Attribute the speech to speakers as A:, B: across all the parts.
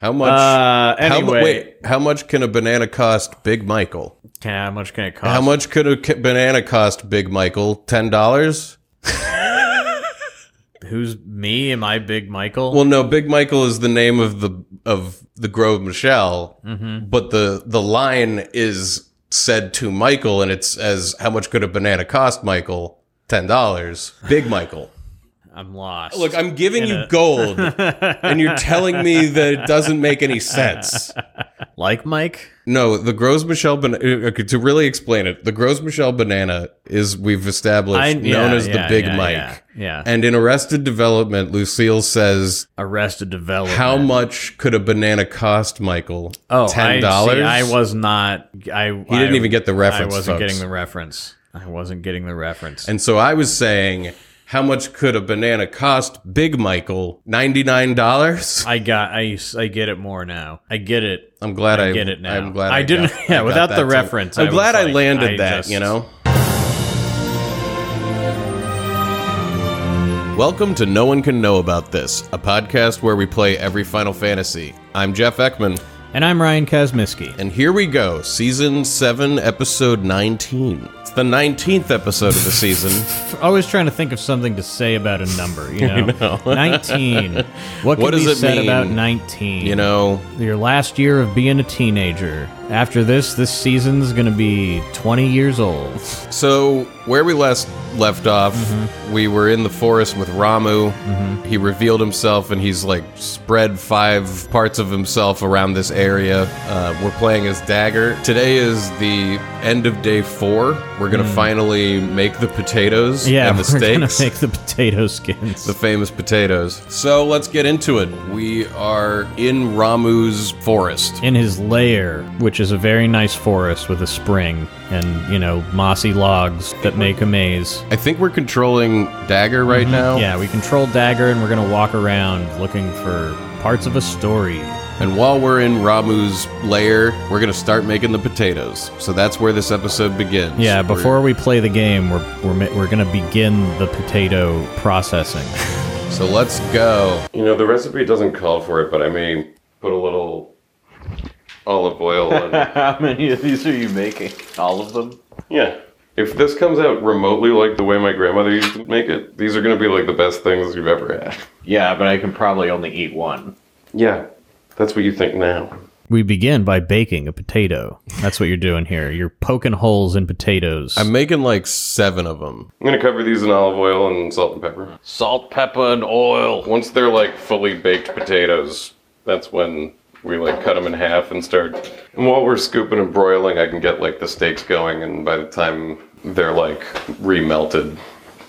A: How much?
B: Uh,
A: how, mu-
B: anyway,
A: wait, how much can a banana cost Big Michael?
B: Can, how much can it cost?
A: How much could a ca- banana cost Big Michael? Ten dollars?
B: Who's me? Am I Big Michael?
A: Well, no. Big Michael is the name of the of the Grove Michelle,
B: Mm-hmm.
A: but the the line is said to Michael, and it's as how much could a banana cost Michael? Ten dollars. Big Michael.
B: I'm lost.
A: Look, I'm giving you
B: a-
A: gold, and you're telling me that it doesn't make any sense.
B: like Mike.
A: No, the Gros Michel banana. uh, Okay, to really explain it, the Gros Michel banana is we've established
B: I- yeah,
A: known as
B: yeah,
A: the Big
B: yeah,
A: Mike.
B: yeah, yeah.
A: And in Arrested Development, Lucille says,
B: Arrested Development.
A: "How much could a banana cost, Michael?
B: Oh,
A: ten
B: dollars.
A: dollars.
B: I was not. I. He
A: He didn't even get the reference.
B: I wasn't
A: folks.
B: getting the reference. I wasn't getting the reference.
A: And so I was saying, how much could a banana cost, Big Michael? Ninety nine dollars.
B: I got. I. I get it more now. I get it.
A: I'm glad I,
B: get it now.
A: I'm glad
B: I
A: I,
B: didn't-
A: got-
B: yeah,
A: I got
B: without
A: that
B: the
A: too.
B: reference,
A: I'm
B: I
A: glad
B: was
A: I
B: like,
A: landed
B: I
A: that.
B: just-
A: You know. Welcome to No One Can Know About This, a podcast where we play every Final Fantasy. I'm Jeff Ekman,
B: And I'm Ryan Kazmiski.
A: and here we go, season seven, episode nineteen. It's the nineteenth episode of the season.
B: Always trying to think of something to say about a number. You know, nineteen. What can
A: What does
B: be
A: it
B: said
A: mean?
B: about nineteen?
A: You know,
B: your last year of being a teenager. After this, this season's gonna be twenty years old.
A: So where we last left off,
B: Mm-hmm.
A: we were in the forest with Ramu. He revealed himself, and he's like spread five parts of himself around this area. Uh, we're playing as Dagger. Today is the end of day four. We're gonna finally make the potatoes
B: Mm. Yeah,
A: and the
B: we're gonna
A: steaks.
B: make the potato skins.
A: the famous potatoes. So let's get into it. We are in Ramu's forest.
B: in his lair, which is a very nice forest with a spring and, you know, mossy logs that make a maze.
A: I think we're controlling Dagger right now.
B: Mm-hmm. Yeah, we control Dagger and we're going to walk around looking for parts of a story.
A: And while we're in Ramu's lair, we're gonna start making the potatoes. So that's where this episode begins.
B: Yeah,
A: We're-
B: before we play the game, we're, we're, ma- we're going to begin the potato processing.
A: so let's go. You know the recipe doesn't call for it, but I may put a little olive oil. on
C: How many of these are you making? All of them?
A: Yeah. If this comes out remotely like the way my grandmother used to make it, these are gonna be like the best things you've ever had.
C: Yeah, but I can probably only eat one.
A: Yeah, that's what you think now.
B: we begin by baking a potato. That's what you're doing here. You're poking holes in potatoes.
A: I'm making like seven of them.
D: I'm gonna cover these in olive oil and salt and pepper.
C: Salt, pepper, and oil.
D: Once they're like fully baked potatoes, that's when we like cut them in half and start. And while we're scooping and broiling, I can get like the steaks going, and by the time they're like remelted,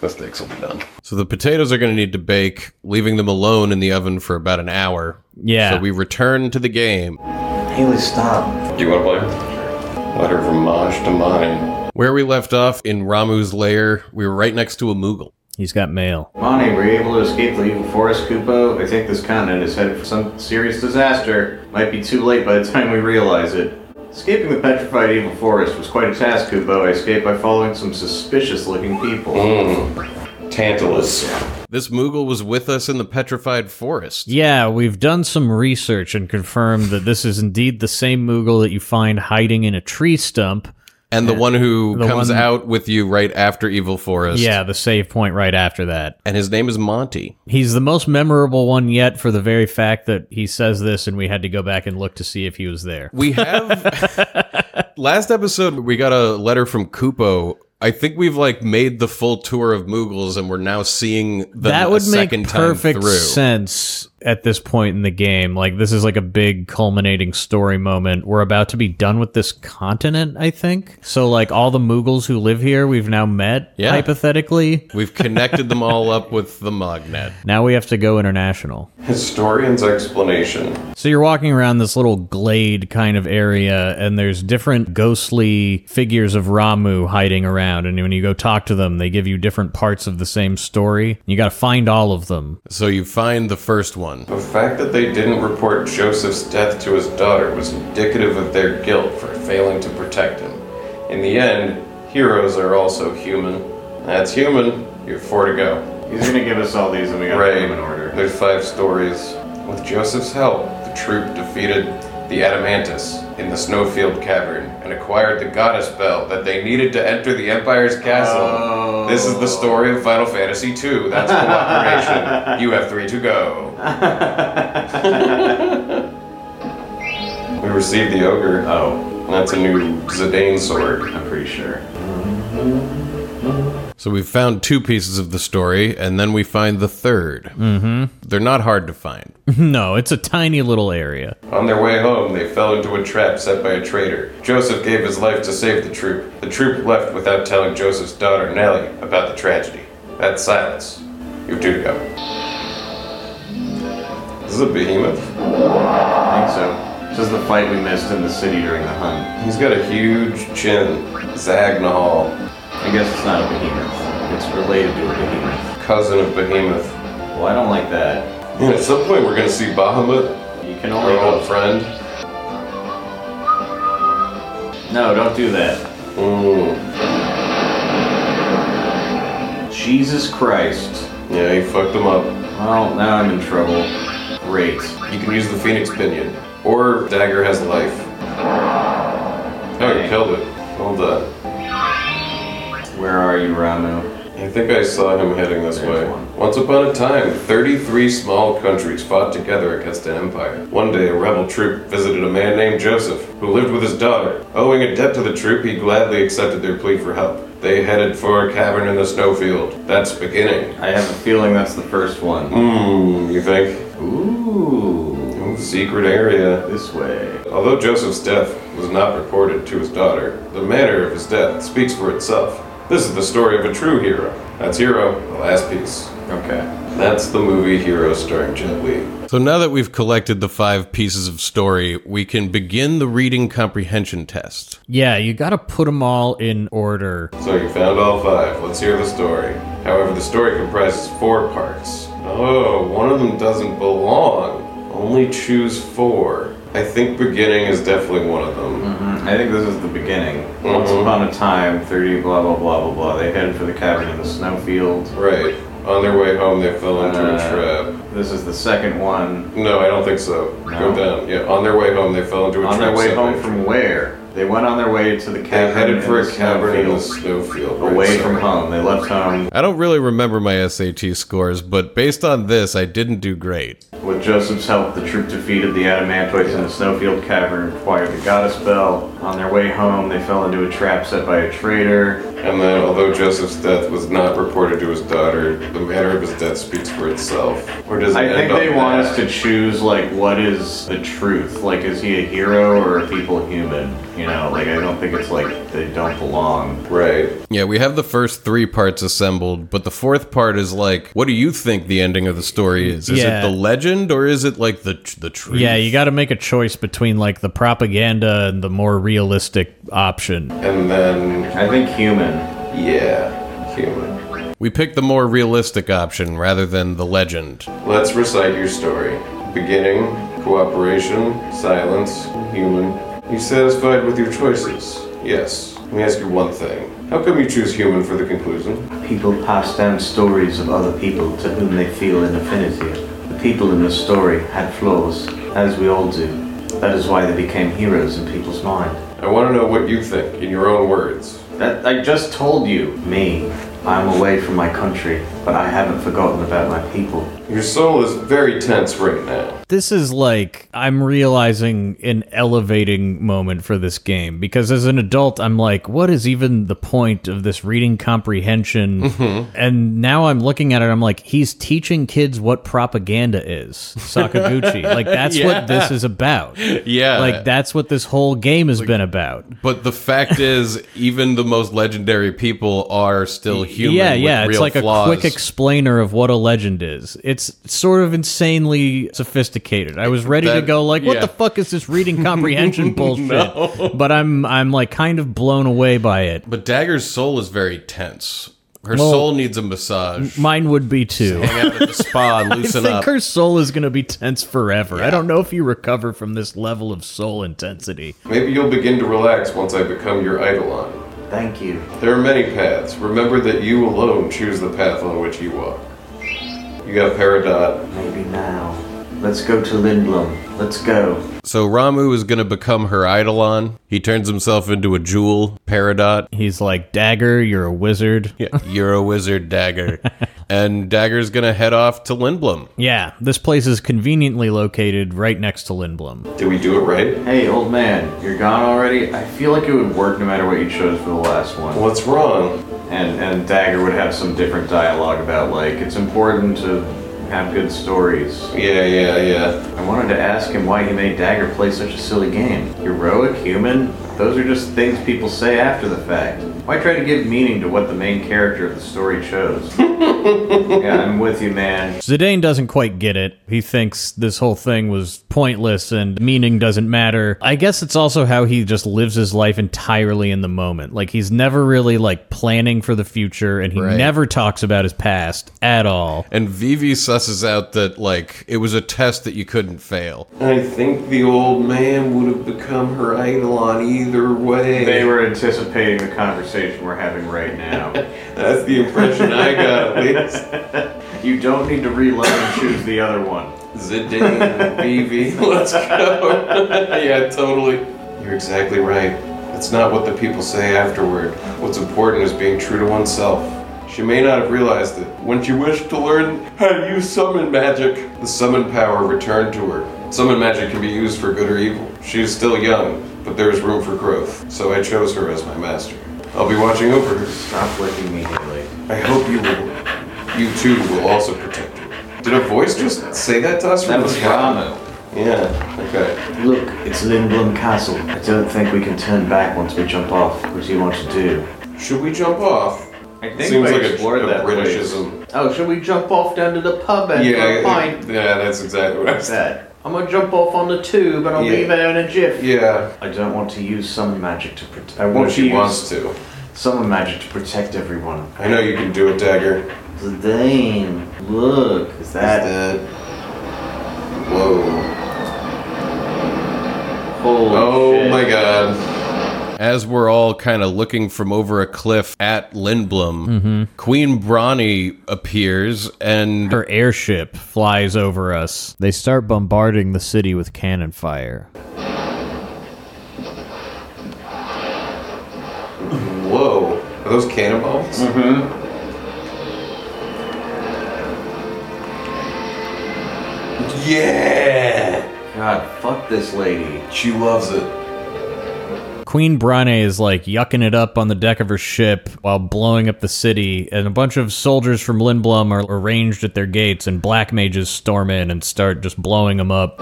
D: the steaks will be done.
A: So the potatoes are gonna need to bake, leaving them alone in the oven for about an hour.
B: yeah.
A: So we return to the game.
E: Haley, stop.
D: Do you want to play? Letter from Maj to Mani.
A: Where we left off in Ramu's lair, we were right next to a Moogle.
B: He's got mail.
C: Monty, were you able to escape the evil forest, Kupo? I think this continent is headed for some serious disaster. Might be too late by the time we realize it. Escaping the petrified evil forest was quite a task, Kupo. I escaped by following some suspicious looking people.
D: Tantalus.
A: This Moogle was with us in the petrified forest.
B: Yeah, we've done some research and confirmed that this is indeed the same Moogle that you find hiding in a tree stump.
A: And the one who
B: The
A: comes
B: one-
A: out with you right after Evil Forest.
B: Yeah, the save point right after that.
A: And his name is Monty.
B: He's the most memorable one yet for the very fact that he says this and we had to go back and look to see if he was there.
A: We have. last episode, we got a letter from Kupo. I think we've like made the full tour of Moogles and we're now seeing them
B: That
A: a
B: would make
A: second time
B: perfect
A: through.
B: sense at this point in the game. Like this is like a big culminating story moment. We're about to be done with this continent, I think. So like all the Moogles who live here, we've now met
A: Yeah.
B: hypothetically.
A: We've connected them all up with the Mognet.
B: Now we have to go international.
D: Historian's explanation.
B: So you're walking around this little glade kind of area, and there's different ghostly figures of Ramu hiding around. And when you go talk to them, they give you different parts of the same story. You got to find all of them.
A: So you find the first one.
D: The fact that they didn't report Joseph's death to his daughter was indicative of their guilt for failing to protect him. In the end, heroes are also human. That's human. You have four to go.
C: He's gonna give us all these and we gotta put
D: Ray,
C: them in order.
D: there's five stories. With Joseph's help, the
A: troop defeated the Adamantus in the Snowfield Cavern and acquired the Goddess Bell that they needed to enter the Empire's castle. This is the story of Final Fantasy II. That's cooperation. you have three to go. we received the ogre.
F: Oh,
A: That's a new Zidane sword.
F: I'm pretty sure.
G: So we've found two pieces of the story, and then we find the 3rd Mm-hmm. They're not hard to find.
B: No, it's a tiny little area.
A: On their way home, they fell into a trap set by a traitor. Joseph gave his life to save the troop. The troop left without telling Joseph's daughter, Nellie, about the tragedy. That's silence. You have two to go. This is a behemoth.
F: I think so. This is the fight we missed in the city during the hunt.
A: He's got a huge chin. Zagnahal,
F: I guess it's not a behemoth. It's related to a behemoth.
A: cousin of Behemoth.
F: Well, I don't like that.
A: And at some point, we're gonna see Bahamut,
F: You can
A: our
F: only
A: old
F: hope.
A: friend.
F: No, don't do that.
A: Mm.
F: Jesus Christ.
A: Yeah, he fucked him up.
F: Well, now I'm in trouble. Great.
A: You can use the Phoenix Pinion. Or Dagger has life. Oh, you killed it. Hold on.
F: Where are you, Ramu?
A: I think I saw him heading this way. Once upon a time, 33 small countries fought together against an empire. One day, a rebel troop visited a man named Joseph, who lived with his daughter. Owing a debt to the troop, he gladly accepted their plea for help. They headed for a cavern in the snowfield. That's beginning.
F: I have a feeling that's the first one.
A: Hmm, you think?
F: Ooh,
A: Ooh, secret area.
F: this way.
A: Although Joseph's death was not reported to his daughter, the manner of his death speaks for itself. This is the story of a true hero. That's Hero, the last piece.
F: Okay.
A: That's the movie Hero starring Jet Li.
G: So now that we've collected the five pieces of story, we can begin the reading comprehension test.
B: Yeah, you gotta put them all in order.
A: So you found all five. Let's hear the story. However, the story comprises four parts. Oh, one of them doesn't belong. Only choose four. I think beginning is definitely one of them.
F: Mm, I think this is the beginning. Once upon a time, 30 blah blah blah blah blah. They headed for the cavern in the snowfield.
A: Right. On their way home, they fell into
F: Uh,
A: a trap.
F: This is the second one.
A: No, I don't think so. Go
F: No?
A: down. Yeah, on their way home, they fell into a
F: On
A: trap.
F: their way
A: set
F: home
A: by-
F: from where? They went on their way to the
A: They
F: cavern.
A: headed
F: in
A: for a
F: the
A: cavern in the
F: snowfield.
A: snowfield. right,
F: Away
A: so-
F: from home. They left home
G: I don't really remember my SAT scores, but based on this, I didn't do great.
F: With Joseph's help, the troop defeated the Adamantoids in the Snowfield Cavern and acquired the Goddess Bell. On their way home, they fell into a trap set by a traitor.
A: And then, although Joseph's death was not reported to his daughter, the manner of his death speaks for itself. Or does it
F: I
A: end
F: think
A: on
F: they want
A: that?
F: us to choose, like, what is the truth? Like, is he a hero or are people human? You know, like, I don't think it's like they don't belong.
A: Right.
G: Yeah, we have the first three parts assembled, but the fourth part is like, what do you think the ending of the story is? Is
B: Yeah.
G: it the legend or is it like the the truth?
B: Yeah, you gotta make a choice between like the propaganda and the more realistic option.
A: And then,
F: I think human.
A: yeah, human.
G: we picked the more realistic option rather than the legend.
A: Let's recite your story. Beginning, cooperation, silence, human. You satisfied with your choices? Yes. Let me ask you one thing. How come you choose human for the conclusion?
C: People pass down stories of other people to whom they feel an affinity. The people in the story had flaws, as we all do. That is why they became heroes in people's mind.
A: I want to know what you think, in your own words.
F: That I just told you.
C: Me, I am away from my country, but I haven't forgotten about my people.
A: Your soul is very tense right now.
B: This is like, I'm realizing an elevating moment for this game because as an adult, I'm like, what is even the point of this reading comprehension? And now I'm looking at it, I'm like, he's teaching kids what propaganda is. Sakaguchi. like, that's what this is about.
G: Yeah.
B: Like, that's what this whole game has been about.
G: But the fact is, even the most legendary people are still human.
B: yeah,
G: with
B: yeah.
G: real
B: It's like
G: flaws.
B: a quick explainer of what a legend is. It's sort of insanely sophisticated. I was ready to
G: That-
B: go like, what
G: yeah.
B: the fuck is this reading comprehension bullshit? But I'm I'm like kind of blown away by it.
G: But Dagger's soul is very tense. Her soul needs a massage.
B: Mine would be too.
G: Hang out at the spa and
B: I
G: loosen
B: think
G: up.
B: her soul is going to be tense forever. I don't know if you recover from this level of soul intensity.
A: Maybe you'll begin to relax once I become your eidolon.
C: Thank you.
A: There are many paths. Remember that you alone choose the path on which you walk. You got Peridot.
C: Maybe now. Let's go to Lindblom. Let's go.
G: So Ramu is going to become her eidolon. He turns himself into a jewel, Peridot.
B: He's like, Dagger, you're a wizard.
G: Yeah, you're a wizard, Dagger. and Dagger's going to head off to Lindblom.
B: Yeah, this place is conveniently located right next to Lindblom.
A: Did we do it right?
F: Hey, old man, you're gone already? I feel like it would work no matter what you chose for the last one.
A: What's wrong?
F: And and Dagger would have some different dialogue about like it's important to have good stories.
A: Yeah, yeah, yeah.
F: I wanted to ask him why he made Dagger play such a silly game. Heroic, human? Those are just things people say after the fact. Why try to give meaning to what the main character of the story chose? yeah, I'm with you, man.
B: Zidane doesn't quite get it. He thinks this whole thing was pointless and meaning doesn't matter. I guess it's also how he just lives his life entirely in the moment. Like he's never really like planning for the future and he
G: Right.
B: never talks about his past at all.
G: And Vivi susses out that, like, it was a test that you couldn't fail.
A: I think the old man would have become her eidolon either way.
F: They were anticipating the conversation we're having right now.
A: That's the impression I got, at least.
F: You don't need to reload and choose the other one.
A: Zidane, BV, let's go. yeah, totally. You're exactly right. It's not what the people say afterward. What's important is being true to oneself. She may not have realized it. When she wished to learn how to use summon magic, the summon power returned to her. Summon magic can be used for good or evil. She is still young, but there is room for growth, so I chose her as my master. I'll be watching over her.
F: Stop licking me, Haley.
A: I hope you will. You too will also protect her. Did a voice just say that to us? from
F: That
A: the
F: was
A: sky?
F: Ramu.
A: Yeah. Okay.
C: Look, it's Lindblom Castle. I don't think we can turn back once we jump off. What do you want to do?
A: Should we jump off?
F: I think
A: Seems
F: we
A: like a,
F: explored
A: a
F: that place.
A: Britishism.
C: Oh, should we jump off down to the pub and
A: Yeah. it- Yeah. That's exactly what I said.
C: I'm gonna jump off on the tube and I'll
A: Yeah. be
C: there in a jiff.
A: Yeah.
C: I don't want to use summon magic to protect. I
A: Well,
C: want to
A: she
C: use
A: wants to.
C: summon magic to protect everyone.
A: I know you can do it, Dagger.
C: Zidane, look, is that
A: That. Whoa.
C: holy
A: Oh
C: shit.
A: my God.
G: As we're all kind of looking from over a cliff at Lindblom, Queen Brawny appears and
B: Her airship flies over us. They start bombarding the city with cannon fire.
A: Whoa. Are those cannonballs? Mm-hmm. Yeah.
F: God, fuck this lady.
A: She loves it.
B: Queen Brane is like yucking it up on the deck of her ship while blowing up the city, and a bunch of soldiers from Lindblom are arranged at their gates, and black mages storm in and start just blowing them up.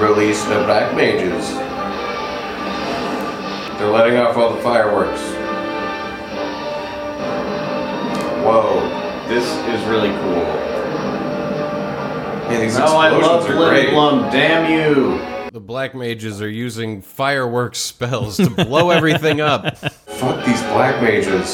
A: Release the black mages. They're letting off all the fireworks. Whoa.
F: This is really cool.
A: Man, these
C: Oh,
F: No, I love
A: explosions are great.
F: Lindblom, damn you!
G: the black mages are using fireworks spells to blow everything up.
A: Fuck these black mages.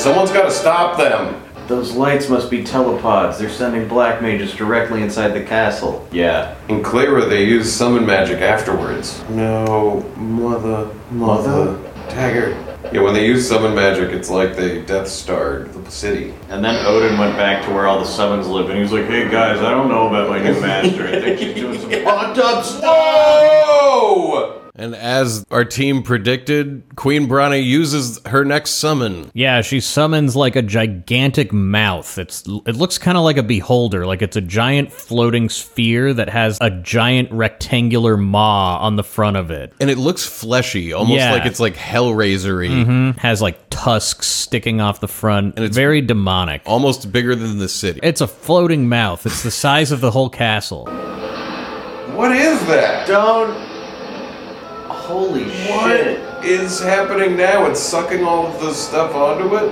A: Someone's gotta stop them.
C: Those lights must be telepods. They're sending black mages directly inside the castle.
F: Yeah.
A: In Clara, they use summon magic afterwards. No, mother, mother, Dagger. Yeah, when they use summon magic, it's like they Death Starred the city.
F: And then Odin went back to where all the summons live, and he was like, "Hey guys, I don't know about my new master. I think she's doing some fucked up stuff."
A: Whoa!
G: And as our team predicted, Queen Brani uses her next summon.
B: Yeah, she summons like a gigantic mouth. It's it looks kind of like a beholder, like it's a giant floating sphere that has a giant rectangular maw on the front of it.
G: And it looks fleshy, almost
B: Yeah. Mm-hmm.
G: like it's like Hellraisery,
B: Has like tusks sticking off the front.
G: it's-
B: very demonic.
G: almost bigger than the city.
B: It's a floating mouth. It's the size of the whole castle.
A: What is that?
C: Don't. Holy
A: What
C: shit!
A: is happening now? It's sucking all of the stuff onto it?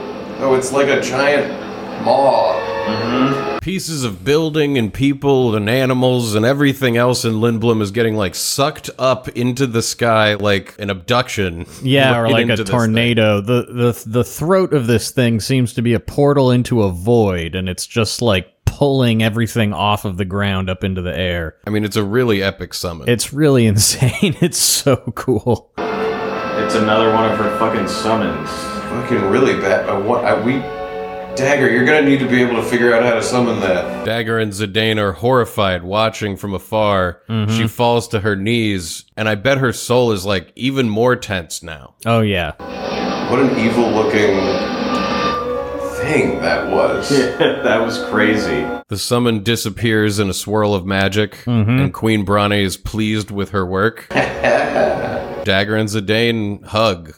A: Oh, it's like a giant maw.
B: Mm-hmm.
G: Pieces of building and people and animals and everything else in Lindblom is getting like sucked up into the sky like an abduction.
B: Yeah, or
G: Right
B: like
G: into
B: a
G: this thing.
B: tornado. The, the the throat of this thing seems to be a portal into a void, and it's just like pulling everything off of the ground up into the air.
G: I mean, it's a really epic summon.
B: It's really insane. It's so cool.
F: It's another one of her fucking summons.
A: Fucking really bad. I want, I, we
H: Dagger, you're gonna need to be able to figure out how to summon that.
A: Dagger and Zidane are horrified, watching from afar. She falls to her knees, and I bet her soul is like even more tense now.
B: Oh yeah.
I: What an evil looking
H: Thing that was.
C: that was crazy.
A: The summon disappears in a swirl of magic, and Queen Brane is pleased with her work. Dagger and Zidane hug.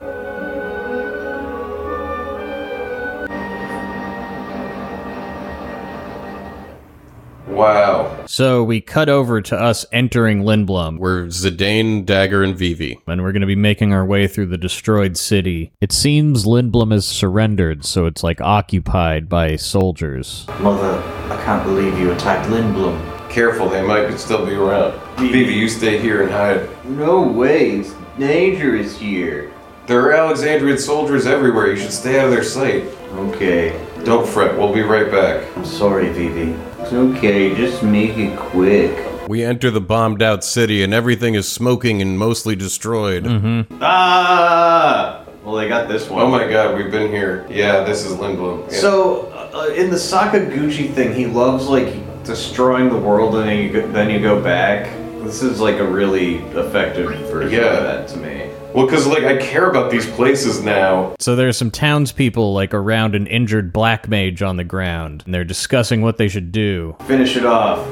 H: Wow.
B: So we cut over to us entering Lindblom.
A: We're Zidane, Dagger, and Vivi.
B: and we're going to be making our way through the destroyed city. It seems Lindblom has surrendered, so it's like occupied by soldiers.
C: Mother, I can't believe you attacked Lindblom.
H: Careful, they might could still be around. Vivi, you stay here and hide.
C: No way, it's dangerous here.
H: There are Alexandrian soldiers everywhere. You should stay out of their sight.
C: Okay,
H: Don't fret, we'll be right back.
C: I'm sorry, Vivi. It's okay, just make it quick.
A: We enter the bombed out city, and everything is smoking and mostly destroyed.
C: Ah! Well, they got this one.
H: Oh my god, we've been here. Yeah, this is Lindblom. Yeah.
C: So, uh, in the Sakaguchi thing, he loves like destroying the world and then you go, then you go back. This is like a really effective version
H: Yeah.
C: of that to me.
H: well, because like I care about these places now.
B: So there's some townspeople like around an injured black mage on the ground, and they're discussing what they should do.
C: Finish it off.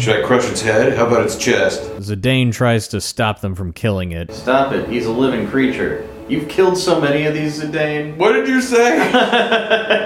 H: Should I crush its head? How about its chest?
B: Zidane tries to stop them from killing it.
C: Stop it. He's a living creature. You've killed so many of these, Zidane.
H: What did you say?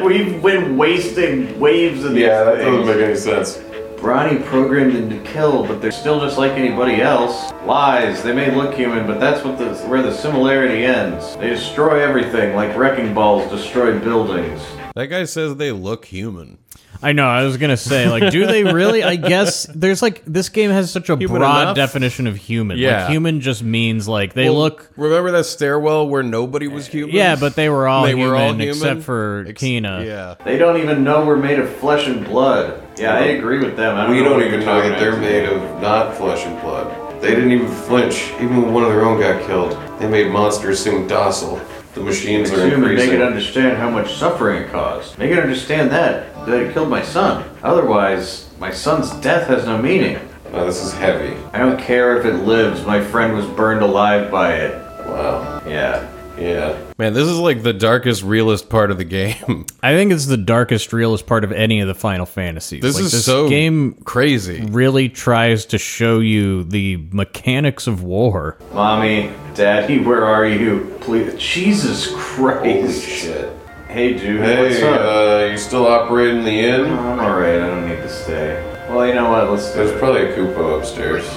C: We've been wasting waves of these
H: yeah, that doesn't
C: things.
H: make any sense.
C: Ronnie programmed them to kill, but they're still just like anybody else. Lies. They may look human, but that's what the, where the similarity ends. They destroy everything, like wrecking balls destroy buildings.
A: That guy says they look human.
B: I know, I was going to say, like, do they really? I guess there's like, this game has such a
A: Human
B: broad
A: enough?
B: definition of human.
A: Yeah.
B: Like, human just means like they look.
A: Remember that stairwell where nobody was human?
B: Yeah, but they were all,
A: They
B: human,
A: were all human?
B: except for
A: Ex-
B: Kina.
A: Yeah.
C: They don't even know we're made of flesh and blood. Yeah, I agree with them. I don't
H: We
C: know
H: don't
C: what
H: even
C: you're
H: know
C: talking
H: that they're
C: about.
H: made of not flesh and blood. They didn't even flinch, even when one of their own got killed. They made monsters seem docile. The machines are
C: Assume and make it
H: increasing.
C: understand how much suffering it caused. Make it understand that, that it killed my son. Otherwise, my son's death has no meaning.
H: Wow, Oh, this is heavy.
C: I don't care if it lives, my friend was burned alive by it.
H: Wow.
C: Yeah.
H: Yeah.
A: Man, this is like the darkest, realest part of the game.
B: I think it's the darkest, realest part of any of the Final Fantasies.
A: This
B: Like,
A: is so
B: game
A: crazy.
B: really tries to show you the mechanics of war.
C: Mommy, Daddy, where are you? Please. Jesus
H: Holy
C: Christ.
H: shit.
C: Hey, dude, what's
H: Hey,
C: up?
H: uh, you still operating the inn?
C: I'm alright, I don't need to stay. Well, you know what? Let's do
H: There's
C: it.
H: probably a Koopa upstairs.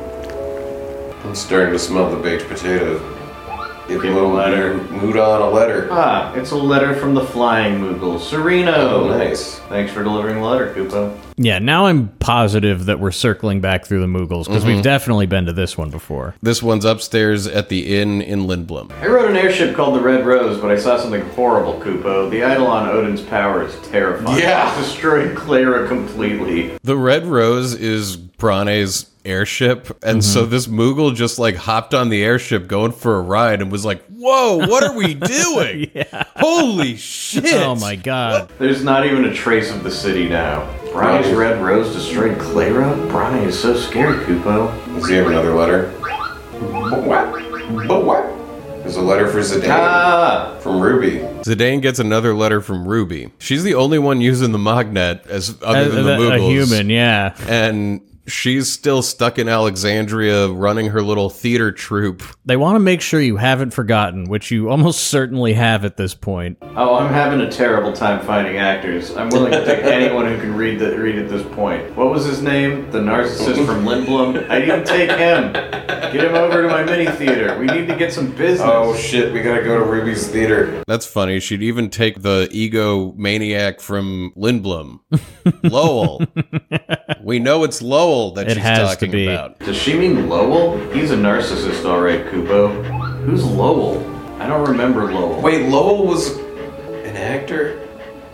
H: I'm starting to smell the baked potato. Give
C: him a letter.
H: Mood on a
B: Oh.
H: letter.
C: Ah, it's a letter from the Flying Moogle. Sereno!
H: Oh, nice.
C: Thanks for delivering the letter, Koopa.
B: Yeah, now I'm positive that we're circling back through the Moogles because
H: Mm-hmm.
B: we've definitely been to this one before.
A: This one's upstairs at the inn in Lindblom.
C: I rode an airship called the Red Rose, but I saw something horrible, Kupo. The idol on Odin's power is terrifying.
H: Yeah.
C: It destroyed Clara completely.
A: The Red Rose is Brane's airship, and so
B: Mm-hmm.
A: this Moogle just like hopped on the airship going for a ride and was like, Whoa, what are we doing? Holy shit.
B: Oh my god.
C: There's not even a trace of the city now. Brian's
H: Right.
C: Red Rose destroyed Clara? Brian is so scary, Kupo.
H: Does he have another letter? But what? But what? There's a letter for Zidane
C: Ah!
H: from Ruby.
A: Zidane gets another letter from Ruby. She's the only one using the Magnet as other than the
B: a, a- a
A: Moogles.
B: human, yeah.
A: And she's still stuck in Alexandria running her little theater troupe.
B: They want to make sure you haven't forgotten, which you almost certainly have at this point.
C: Oh, I'm having a terrible time finding actors. I'm willing to take anyone who can read the, read at this point. What was his name? The narcissist from Lindblom? I'd even take him. Get him over to my mini theater. We need to get some business.
H: Oh shit, we gotta go to Ruby's theater.
A: That's funny. She'd even take the ego maniac from Lindblom, Lowell. we know it's Lowell that
B: It
A: she's
B: has to
A: talking
B: be.
A: about.
C: Does she mean Lowell? He's a narcissist, all right, Kubo. Who's Lowell? I don't remember Lowell.
H: Wait, Lowell was an actor?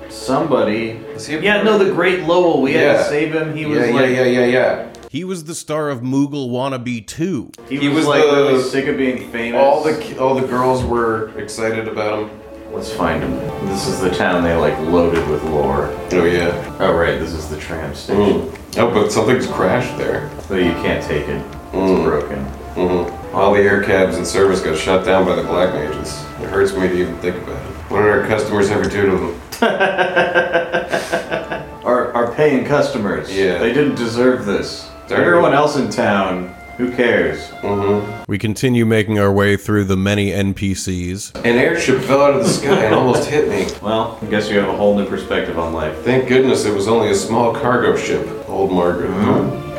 C: somebody.
H: Is he a-
C: Yeah, no, the great Lowell. We had
H: Yeah.
C: to save him. He was
H: yeah,
C: like,
H: yeah, yeah, yeah, yeah.
A: He
G: He was the star of Moogle Wannabe 2.
C: He,
A: He
C: was,
A: was
C: like
A: the-
C: really sick of being famous.
A: All the all the girls were excited about him.
C: Let's find him. This is the town they like loaded with lore.
A: Oh yeah.
C: Oh right, this is the tram station.
A: Mm. Oh, but something's crashed there.
C: So you can't take it. It's
A: Mm.
C: broken.
A: Mm-hmm. All the air cabs and service got shut down by the black mages. It hurts me to even think about it. What did our customers ever do to them?
C: Our, our paying customers.
A: Yeah.
C: They didn't deserve this.
A: They're-
C: Everyone else in town, who cares?
A: Mm-hmm.
G: We continue making our way through the many NPCs.
A: An airship fell out of the sky and almost hit me.
C: Well, I guess you have a whole new perspective on life.
A: Thank goodness it was only a small cargo ship. Old Margaret.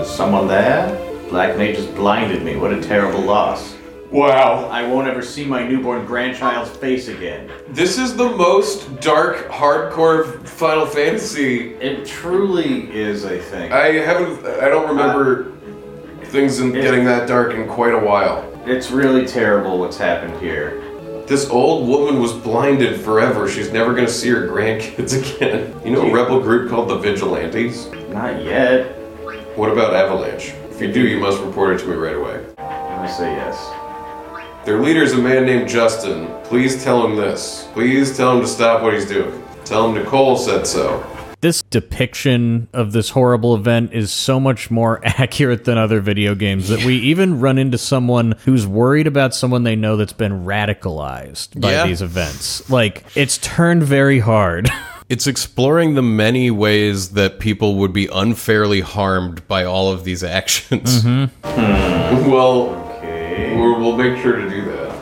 C: Is someone there? Black Mage just blinded me. What a terrible loss.
A: Wow.
C: I won't ever see my newborn grandchild's face again.
A: This is the most dark, hardcore Final Fantasy.
C: It truly is a thing.
A: I haven't. I don't remember things in getting that dark in quite a while.
C: It's really terrible what's happened here.
A: This old woman was blinded forever. She's never gonna see her grandkids again. You know a rebel group called the Vigilantes?
C: Not yet.
A: What about Avalanche? If you do, you must report it to me right away.
C: I say yes.
A: Their leader's a man named Justin. Please tell him this. Please tell him to stop what he's doing. Tell him Nicole said so.
B: This depiction of this horrible event is so much more accurate than other video games that we even run into someone who's worried about someone they know that's been radicalized by
G: Yeah.
B: these events. Like, it's turned very hard.
G: It's exploring the many ways that people would be unfairly harmed by all of these actions.
A: Hmm. Well,
C: Okay.
A: we're, we'll make sure to do that.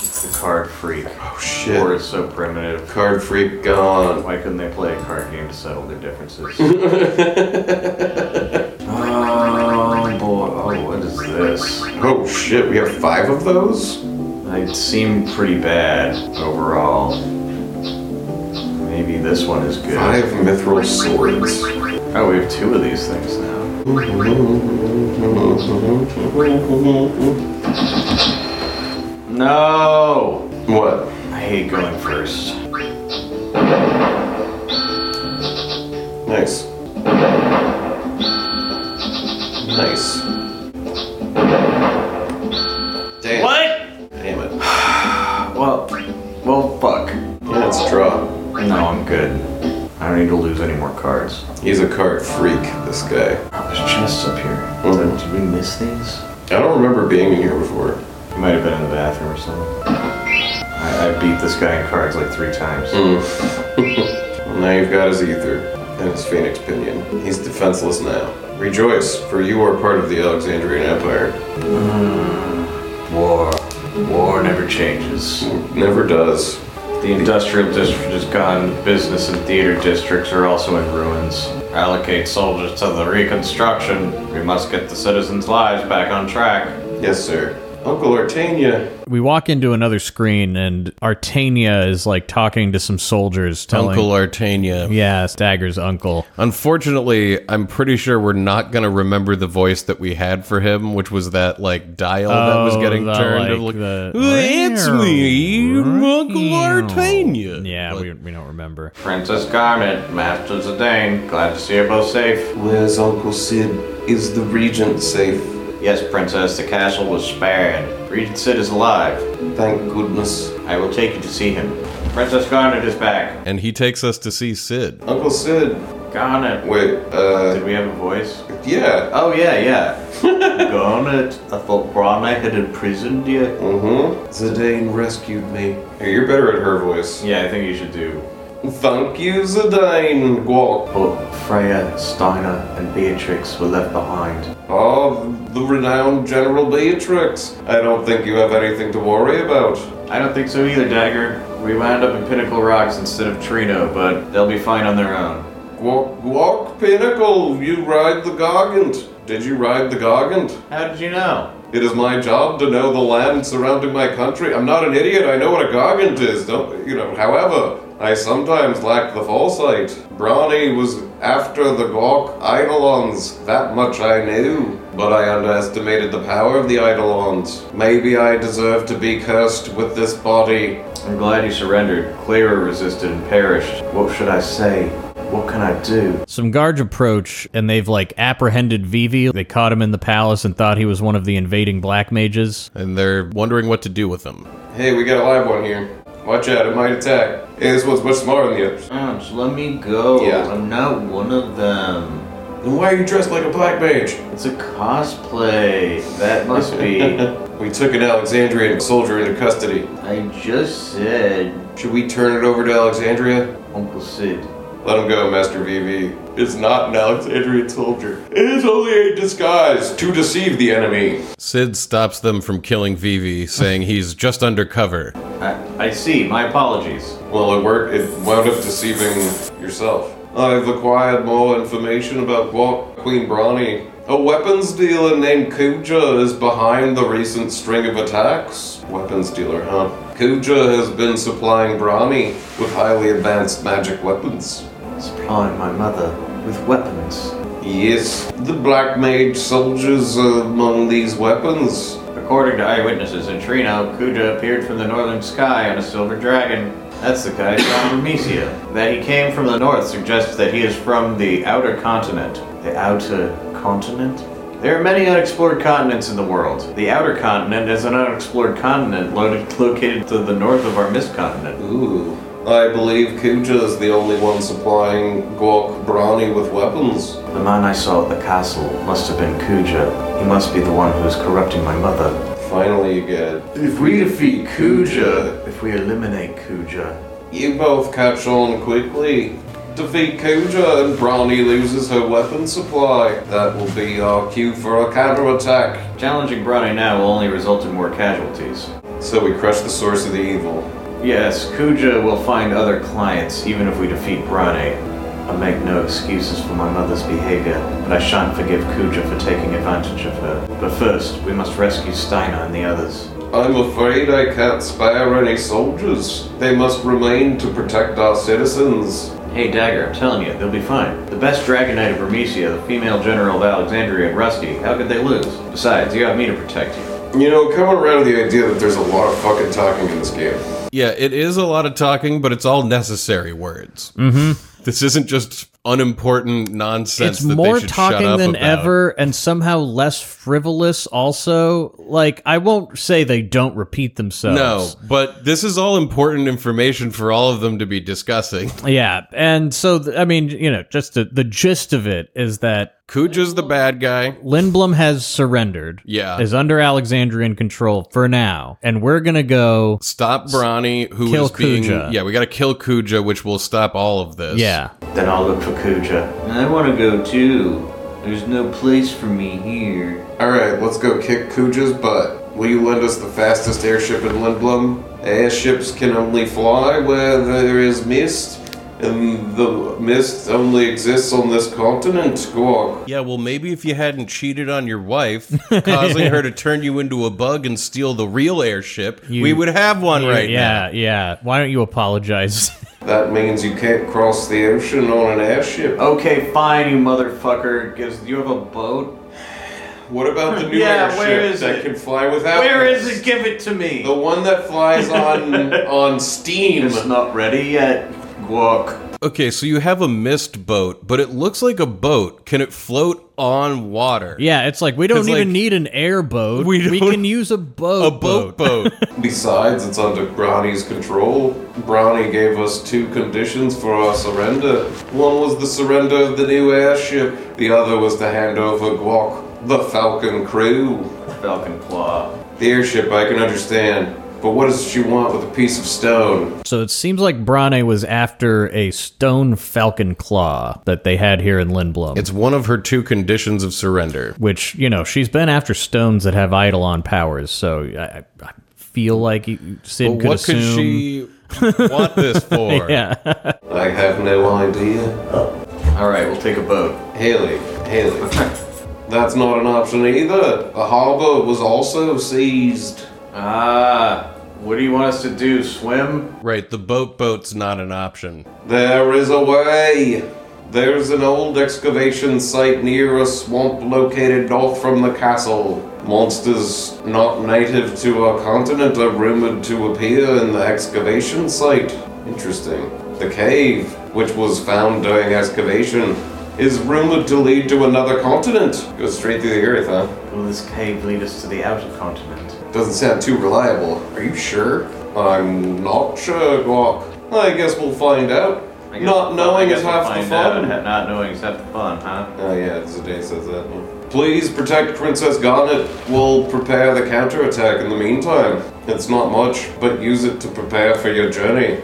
C: It's the card freak.
A: Oh
C: War
A: shit.
C: is so primitive.
A: Card freak gone.
C: Why couldn't they play a card game to settle their differences? oh boy, oh what is this?
A: Oh shit, we have five of those?
C: They seem pretty bad overall. Maybe this one is good.
A: Five mithril swords.
C: Oh, we have two of these things now. No!
A: What?
C: I hate going first.
A: Nice. Nice. Damn.
C: What?
A: Damn it.
C: Well, well, fuck.
A: Yeah, it's a draw.
C: No, I'm good. I don't need to lose any more cards. Oh,
A: He's a card freak, this guy.
C: There's chests up here.
A: Mhm.
C: Did we miss these?
A: I don't remember being in here before.
C: You might have been in the bathroom or something. I, I beat this guy in cards like three times.
A: Now you've got his ether and his phoenix pinion. He's defenseless now. Rejoice, for you are part of the Alexandrian Empire.
C: War. War never changes.
A: Never does.
C: The industrial district is gone. Business and theater districts are also in ruins. Allocate soldiers to the reconstruction. We must get the citizens' lives back on track.
A: Yes, sir. Uncle Ortania.
B: we walk into another screen, and Artania is like talking to some soldiers, telling.
G: Uncle Artania.
B: yeah, Stagger's uncle.
G: Unfortunately, I'm pretty sure we're not going to remember the voice that we had for him, which was that like dial that was
B: Oh,
G: getting
B: the,
G: turned. of
B: like,
G: like,
B: the-
G: "Well, it's me, Uncle Artania.
B: Yeah,
G: Like,
B: we, we don't remember.
C: Princess Garnet, Master Zidane, glad to see you both safe.
A: Where's Uncle Sid? Is the regent safe?
C: Yes, Princess, the castle was spared. Regent Sid is alive.
A: Thank goodness.
C: I will take you to see him. Princess Garnet is back.
G: and he takes us to see Sid.
A: Uncle Sid.
C: Garnet.
A: Wait, uh,
C: Did we have a voice?
A: yeah.
C: Oh, yeah, yeah. Garnet, I thought Brana had imprisoned you.
A: Mm-hmm. Zidane rescued me. Hey, you're better at her voice.
C: Yeah, I think you should do
A: Thank you, Zidane. Gwalk.
C: But Freya, Steiner, and Beatrix were left behind.
A: Oh, the renowned General Beatrix. I don't think you have anything to worry about.
C: I don't think so either, Dagger. We wound up in Pinnacle Rocks instead of Trino, but they'll be fine on their own.
A: Gwalk, Gwalk Pinnacle, you ride the Gargant. Did you ride the Gargant?
C: How did you know?
A: It is my job to know the land surrounding my country. I'm not an idiot. I know what a gargant is. Don't you know? However, I sometimes lack the foresight. Brawny was after the Gawk Eidolons. That much I knew. But I underestimated the power of the Eidolons. Maybe I deserve to be cursed with this body.
C: I'm glad you surrendered. Clara resisted and perished. What should I say? What can I do?
B: Some guards approach and they've like apprehended Vivi. They caught him in the palace and thought he was one of the invading black mages.
G: and they're wondering what to do with him.
A: Hey, we got a live one here. Watch out, it might attack. Hey, this one's much smaller than the others.
C: Oh, just let me go.
A: Yeah.
C: I'm not one of them.
A: Then why are you dressed like a black mage?
C: It's a cosplay. That must be.
A: We took an Alexandrian soldier into custody.
C: I just said
A: Should we turn it over to Alexandria?
C: Uncle Sid.
A: Let him go, Master VV. It's not an Alexandrian soldier. It is only a disguise to deceive the enemy.
G: Sid stops them from killing Vivi, saying he's just undercover.
C: I, I see. My apologies.
A: Well, it worked. It wound up deceiving yourself. I've acquired more information about what Queen Brawny, a weapons dealer named Kuja, is behind the recent string of attacks. Weapons dealer, huh? Kuja has been supplying Brawny with highly advanced magic weapons.
C: Supplying my mother with weapons.
A: Yes, the black mage soldiers are among these weapons.
C: According to eyewitnesses in Trino, Kuja appeared from the northern sky on a silver dragon. That's the guy from Ramesia. That he came from the north suggests that he is from the outer continent. The outer continent? There are many unexplored continents in the world. The outer continent is an unexplored continent lo- located to the north of our mist continent.
A: Ooh. I believe Kuja is the only one supplying Gwok Brawny with weapons.
C: The man I saw at the castle must have been Kuja. He must be the one who is corrupting my mother.
A: Finally, you get it.
C: If we defeat Kuja, if we eliminate Kuja,
A: You both catch on quickly. Defeat Kuja and Brawny loses her weapon supply. That will be our cue for a counterattack.
C: Challenging Brownie now will only result in more casualties.
A: So we crush the source of the evil.
C: Yes, Kuja will find other clients even if we defeat Brownie. I make no excuses for my mother's behavior, but I shan't forgive Kuja for taking advantage of her. But first, we must rescue Steiner and the others.
A: I'm afraid I can't spare any soldiers. They must remain to protect our citizens.
C: Hey, Dagger, I'm telling you, they'll be fine. The best Dragon Knight of Vermesia, the female general of Alexandria, and Rusty, how could they lose? Besides, you have me to protect you.
A: You know, coming around to the idea that there's a lot of fucking talking in this game.
G: Yeah, it is a lot of talking, but it's all necessary words. Mm-hmm. This isn't just unimportant nonsense.
B: It's
G: that
B: more
G: they should shut
B: talking
G: up
B: than
G: about.
B: ever and somehow less frivolous, also. Like, I won't say they don't repeat
G: No,
B: themselves.
G: but this is all important information for all of them to be discussing.
B: Yeah. And so, th- I mean, you know, just the, the gist of it is that
G: Kuja's the bad guy.
B: Lindblom has surrendered.
G: Yeah.
B: Is under Alexandrian control for now. And we're going to go.
G: Stop Bronny, who is
B: Kill
G: being
B: Kuja.
G: yeah. We got to kill Kuja, which will stop all of this.
B: Yeah.
C: Then I'll look for Kuja. I want to go too. There's no place for me here.
A: Alright, let's go kick Kuja's butt. Will you lend us the fastest airship in Lindblom? Airships can only fly where there is mist, and the mist only exists on this continent, Gork.
G: Yeah, well, maybe if you hadn't cheated on your wife, causing her to turn you into a bug and steal the real airship, we would have one right now.
B: yeah. Yeah. Why don't you apologize?
A: That means you can't cross the ocean on an airship.
C: Okay, fine, you motherfucker. Gives you have a boat.
A: What about the new
C: Yeah,
A: airship
C: where is
A: that
C: it?
A: can fly without
C: Where is
A: mist?
C: it? Give it to me.
A: The one that flies on on steam.
C: It's not ready yet. Guac.
G: Okay, so you have a mist boat, but it looks like a boat. Can it float on water?
B: yeah. It's like, we don't
G: 'Cause,
B: even
G: like,
B: need an airboat.
G: we
B: We
G: don't-
B: can use a boat.
G: A boat boat.
A: Besides, it's under Brownie's control. Brownie gave us two conditions for our surrender. One was the surrender of the new airship, the other was to hand over Guok, the Falcon crew.
C: Falcon Claw.
A: The airship I can understand, but what does she want with a piece of stone?
B: So it seems like Brane was after a stone falcon claw that they had here in Lindblom.
G: it's one of her two conditions of surrender.
B: which, you know, she's been after stones that have eidolon powers, so I, I feel like he- Sid
G: But
B: could
G: what
B: assume.
G: could she want this for?
B: yeah.
A: I have no idea.
C: Alright, we'll take a boat.
A: Haley, Haley. That's not an option either. The harbor was also seized.
C: Ah, what do you want us to do? Swim?
G: Right, the boat boat's not an option.
A: There is a way. There's an old excavation site near a swamp located north from the castle. Monsters not native to our continent are rumored to appear in the excavation site. Interesting. The cave. which was found during excavation, is rumored to lead to another continent. Goes straight through the earth, huh?
C: Will this cave lead us to the outer continent?
A: Doesn't sound too reliable. Are you sure? I'm not sure, Glock. I guess we'll find out.
C: I guess-
A: Not knowing
C: I guess
A: is half
C: we'll
A: the
C: find out.
A: fun.
C: Not knowing is half the fun, huh?
A: Oh yeah, Zidane says that. yeah. Please protect Princess Garnet. We'll prepare the counterattack in the meantime. It's not much, but use it to prepare for your journey.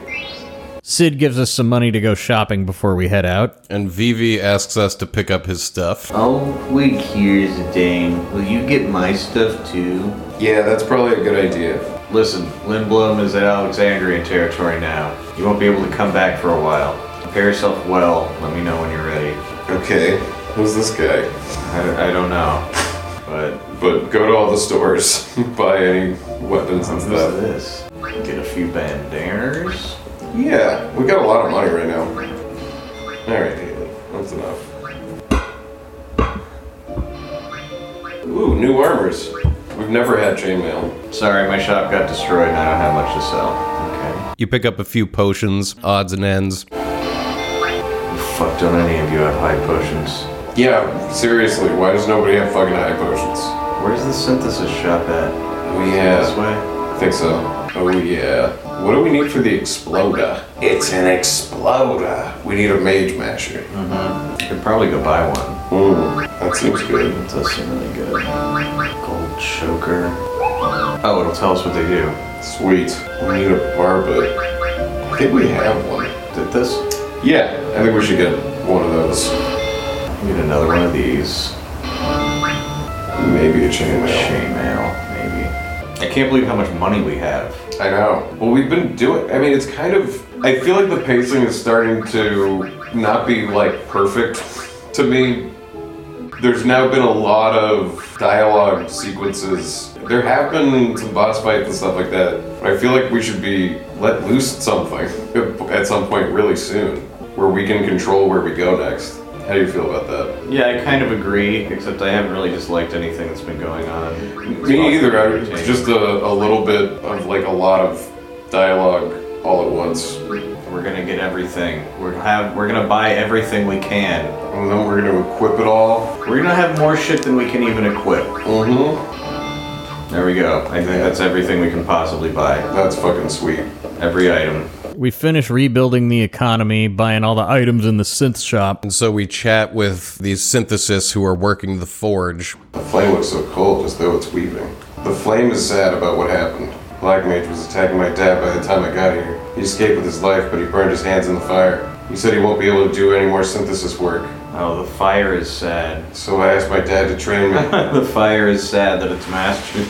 B: Sid gives us some money to go shopping before we head out.
G: And Vivi asks us to pick up his stuff.
C: Oh, wait here, Zidane. Will you get my stuff too?
A: Yeah, that's probably a good idea.
C: Listen, Lindblom is at Alexandria territory now. You won't be able to come back for a while. Prepare yourself well. Let me know when you're ready.
A: Okay, who's this guy?
C: I, I don't know, but
A: But go to all the stores, buy any weapons and
C: who's
A: stuff.
C: this? uh, Get a few bandanas.
A: Yeah, we got a lot of money right now. Alright, Hayden, that's enough. Ooh, new armors. We've never had chainmail.
C: Sorry, my shop got destroyed and I don't have much to sell.
G: You pick up a few potions, odds and ends.
C: Okay. Fuck, don't any of you have high potions?
A: Yeah, seriously, why does nobody have fucking eye potions?
C: Where's the synthesis shop at?
A: We
C: This
A: have.
C: way?
A: I think so. Oh yeah. What do we need for the exploder? It's an exploder. We need a mage masher.
G: Hmm.
C: You could probably go buy one.
A: Hmm, that seems good.
C: It does seem really good. uh, Gold choker. Oh, it'll tell us what they do.
A: Sweet. We need a barbet. I think we have one.
C: Did this?
A: Yeah, I think we should get one of those.
C: We need another one of these.
A: Maybe a chainmail.
C: Chainmail, maybe. I can't believe how much money we have.
A: I know. Well, we've been doing. I mean, it's kind of. I feel like the pacing is starting to not be like perfect to me. There's now been a lot of dialogue sequences. There have been some boss fights and stuff like that. I feel like we should be let loose something at some point really soon, where we can control where we go next. How do you feel about that?
C: Yeah, I kind of agree, except I haven't really disliked anything that's been going on.
A: Me either. I, just a, a little bit of like a lot of dialogue all at once.
C: We're gonna get everything. We're gonna have. We're gonna buy everything we can.
A: And then we're gonna equip it all.
C: We're gonna have more shit than we can even equip.
A: Mm-hmm.
C: There we go. I think that's everything we can possibly buy.
A: That's fucking sweet.
C: Every item.
B: We finish rebuilding the economy, buying all the items in the synth shop.
G: And so we chat with these synthesis who are working the forge.
A: The flame looks so cold as though it's weaving. The flame is sad about what happened. Black Mage was attacking my dad by the time I got here. He escaped with his life, but he burned his hands in the fire. He said he won't be able to do any more synthesis work.
C: Oh, the fire is sad.
A: So I asked my dad to train me.
C: the fire is sad that it's mastered.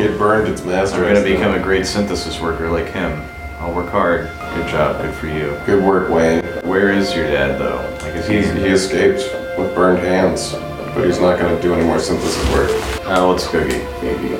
A: it burned its master.
C: We're gonna
A: accident.
C: become a great synthesis worker like him. I'll work hard. Good job. Good for you.
A: Good work, Wayne.
C: Where is your dad though? Like is he?
A: He's, he escaped with burned hands, but he's not gonna do any more synthesis work.
C: Oh, let's go get baby.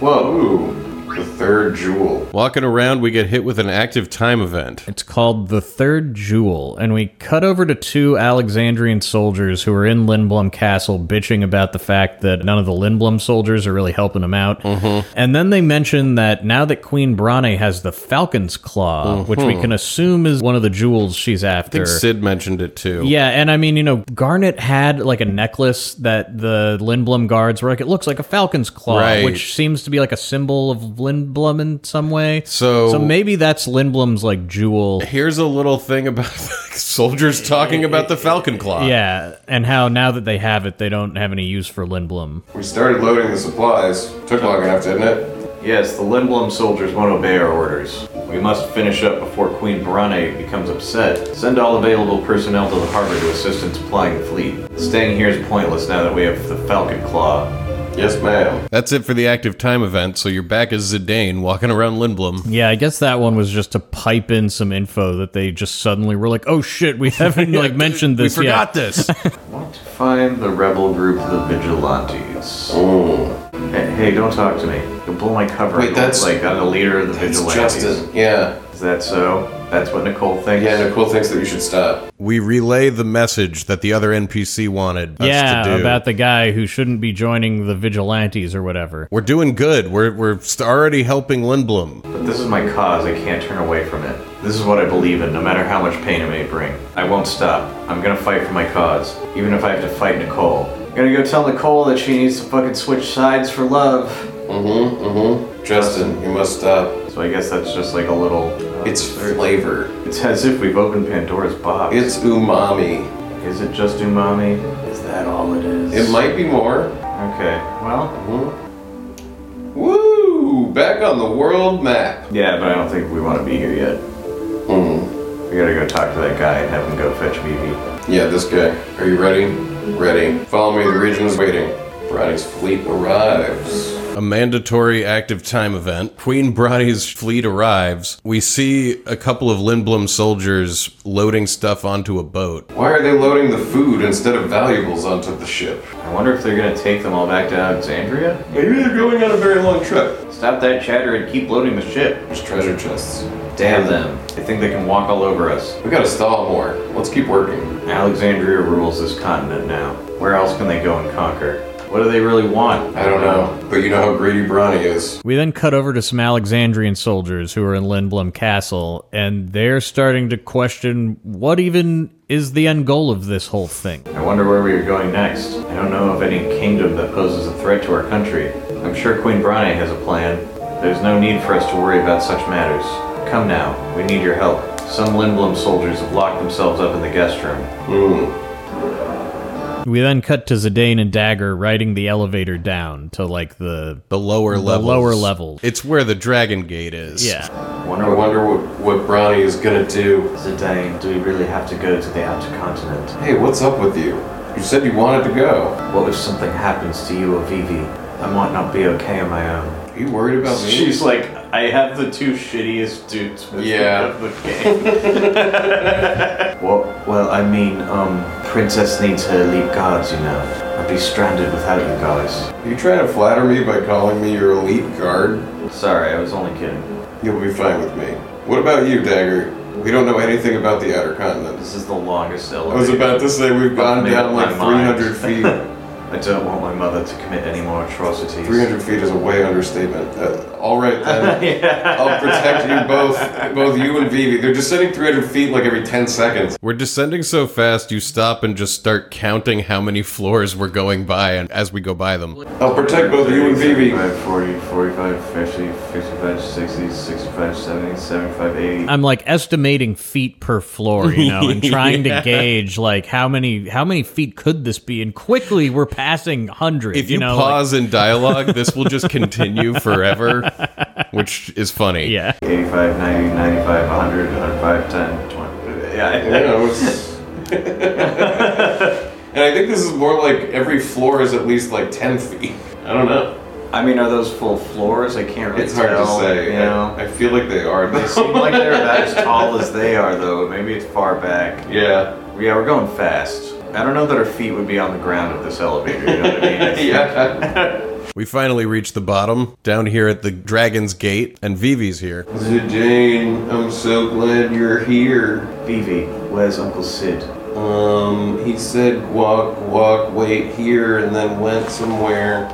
C: Whoa.
A: Ooh, the third jewel.
G: Walking around, we get hit with an active time event.
B: It's called The Third Jewel, and we cut over to two Alexandrian soldiers who are in Lindblom Castle bitching about the fact that none of the Lindblom soldiers are really helping them out. Mm-hmm. And then they mention that now that Queen Brane has the Falcon's Claw, which we can assume is one of the jewels she's after.
G: Sid mentioned it too.
B: Yeah, and I mean, you know, Garnet had like a necklace that the Lindblom guards were like, it looks like a falcon's claw,
G: Right.
B: which seems to be like a symbol of Lindblom in some way.
G: So-
B: so maybe that's Lindblom's like jewel.
G: Here's a little thing about soldiers talking about the Falcon Claw.
B: Yeah, and how now that they have it, they don't have any use for Lindblom.
A: We started loading the supplies. Took long enough, didn't it?
C: Yes, the Limblum soldiers won't obey our orders. We must finish up before Queen Brane becomes upset. Send all available personnel to the harbor to assist in supplying the fleet. Staying here is pointless now that we have the Falcon Claw.
A: Yes, ma'am.
G: That's it for the active time event. So you're back as Zidane walking around Lindblom.
B: Yeah, I guess that one was just to pipe in some info that they just suddenly were like, oh shit, we haven't like mentioned
G: We
B: this yet.
G: forgot this.
C: Want to find the rebel group, the Vigilantes.
A: Mm.
C: Hey, hey, don't talk to me. You'll blow my cover.
A: Wait, that's-
C: like I'm the leader of the
A: It's
C: Vigilantes.
A: Justin. Yeah.
C: Is that so? That's what Nicole thinks.
A: Yeah, Nicole thinks that you should stop.
G: we relay the message that the other NPC wanted us to
B: Yeah,
G: do.
B: about the guy who shouldn't be joining the vigilantes or whatever.
G: we're doing good. We're, we're st- already helping Lindblom.
C: But this is my cause. I can't turn away from it. This is what I believe in, no matter how much pain it may bring. I won't stop. I'm gonna fight for my cause, even if I have to fight Nicole. I'm gonna go tell Nicole that she needs to fucking switch sides for love.
A: Mm-hmm, mm-hmm. Justin, you must stop.
C: So I guess that's just like a little. uh,
A: It's flavor.
C: It's as if we've opened Pandora's box.
A: It's umami.
C: Is it just umami? Is that all it is?
A: It might be more.
C: Okay. Well.
A: Mhm. Woo! Back on the world map.
C: Yeah, but I don't think we want to be here yet.
A: Mm.
C: We gotta go talk to that guy and have him go fetch BB.
A: Yeah, this guy. Are you ready? Ready. Follow me, the region is waiting. Roddy's fleet arrives.
G: A mandatory active time event. Queen Brody's fleet arrives. We see a couple of Lindblom soldiers loading stuff onto a boat.
A: Why are they loading the food instead of valuables onto the ship?
C: I wonder if they're gonna take them all back to Alexandria.
A: Maybe they're going on a very long trip.
C: Stop that chatter and keep loading the ship.
A: There's treasure chests.
C: Damn them. They think they can walk all over us.
A: We gotta stall more. Let's keep working.
C: Alexandria rules this continent now. Where else can they go and conquer? What do they really want?
A: I don't know, but you know how greedy Bronny is.
B: We then cut over to some Alexandrian soldiers who are in Lindblom Castle, and they're starting to question what even is the end goal of this whole thing.
C: I wonder where we are going next. I don't know of any kingdom that poses a threat to our country. I'm sure Queen Brane has a plan. There's no need for us to worry about such matters. Come now, we need your help. Some Lindblom soldiers have locked themselves up in the guest room.
B: We then cut to Zidane and Dagger riding the elevator down to like the
G: The lower level.
B: lower levels.
G: It's where the Dragon Gate is.
B: yeah.
C: Wonder
A: I
C: what
A: wonder what, what Bronny is gonna do.
C: Zidane, do we really have to go to the outer continent?
A: Hey, what's up with you? You said you wanted to go.
C: What if something happens to you or Vivi? I might not be okay on my own.
A: Are you worried about me?
C: She's like, I have the two shittiest dudes with
A: Yeah.
C: of the game. well, well, I mean, um, Princess needs her elite guards, you know. I'd be stranded without you guys.
A: Are you trying to flatter me by calling me your elite guard?
C: Sorry, I was only kidding.
A: You'll be fine with me. What about you, Dagger? We don't know anything about the Outer Continents.
C: This is the longest
A: I was
C: elevator.
A: about to say we've gone
C: Made up
A: down like
C: my mind.
A: 300 feet.
C: I don't want my mother to commit any more atrocities.
A: 300 feet is a way understatement. Uh, all right then.
C: yeah.
A: I'll protect you both, both you and Vivi. They're descending 300 feet like every 10 seconds.
G: We're descending so fast, you stop and just start counting how many floors we're going by and as we go by them.
A: I'll protect both you and Vivi.
C: 40, 45, 50, 55, 60, 65, 70, 75, 80.
B: I'm like estimating feet per floor, you know, and trying to gauge like how many how many feet could this be, and quickly we're passing hundred.
G: If you,
B: know, like-
G: pause in dialogue, this will just continue forever, which is funny.
B: yeah.
C: 85, 90, 95, 100, 105, 10, 20.
A: You
C: Yeah.
A: know, it's- and I think this is more like every floor is at least like 10 feet. I don't know.
C: I mean, are those full floors? I can't really
A: It's hard to
C: tell,
A: say.
C: You
A: I-
C: know?
A: I, feel like they are.
C: they seem like they're about as tall as they are, though. Maybe it's far back.
A: yeah.
C: Yeah, we're going fast. I don't know that our feet would be on the ground of this elevator. You know what I mean? I think-
A: Yeah.
G: We finally reach the bottom, down here at the Dragon's Gate, and Vivi's here.
A: Jane, I'm so glad you're here.
C: Vivi, where's Uncle Sid?
A: Um, he said walk, walk, wait here, and then went somewhere.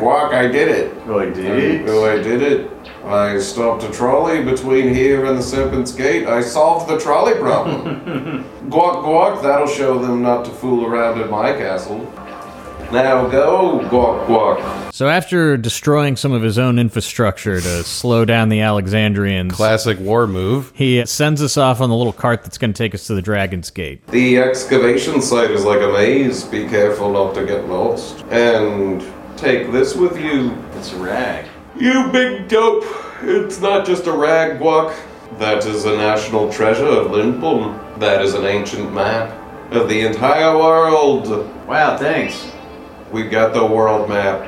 A: Walk, I did it.
C: Oh, I did.
A: Oh, I did it. I stopped a trolley between here and the Serpent's Gate. I solved the trolley problem. guac, guac, that'll show them not to fool around at my castle. Now go, guac, guac.
B: So after destroying some of his own infrastructure to slow down the Alexandrians,
G: Classic war move.
B: he sends us off on the little cart that's going to take us to the Dragon's Gate.
A: The excavation site is like a maze. Be careful not to get lost. And take this with you.
C: It's a rag.
A: You big dope! It's not just a rag, Guac. That is a national treasure of Lindblom. That is an ancient map of the entire world.
C: Wow, thanks.
A: We got the world map.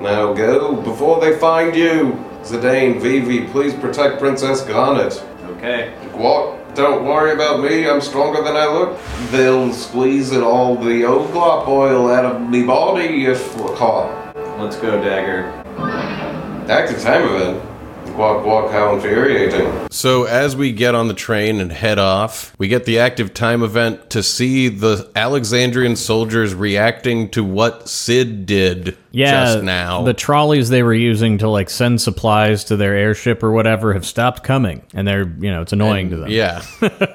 A: Now go before they find you. Zidane, Vivi, please protect Princess Garnet.
C: Okay.
A: What? Don't worry about me, I'm stronger than I look. They'll squeeze it all the oglop oil out of me body if we're caught.
C: Let's go, Dagger.
A: Active time event. Guac, guac, how infuriating.
G: So as we get on the train and head off, we get the active time event to see the Alexandrian soldiers reacting to what Sid did
B: Yeah,
G: just now.
B: the trolleys they were using to like send supplies to their airship or whatever have stopped coming, and they're you know it's annoying to them.
G: yeah.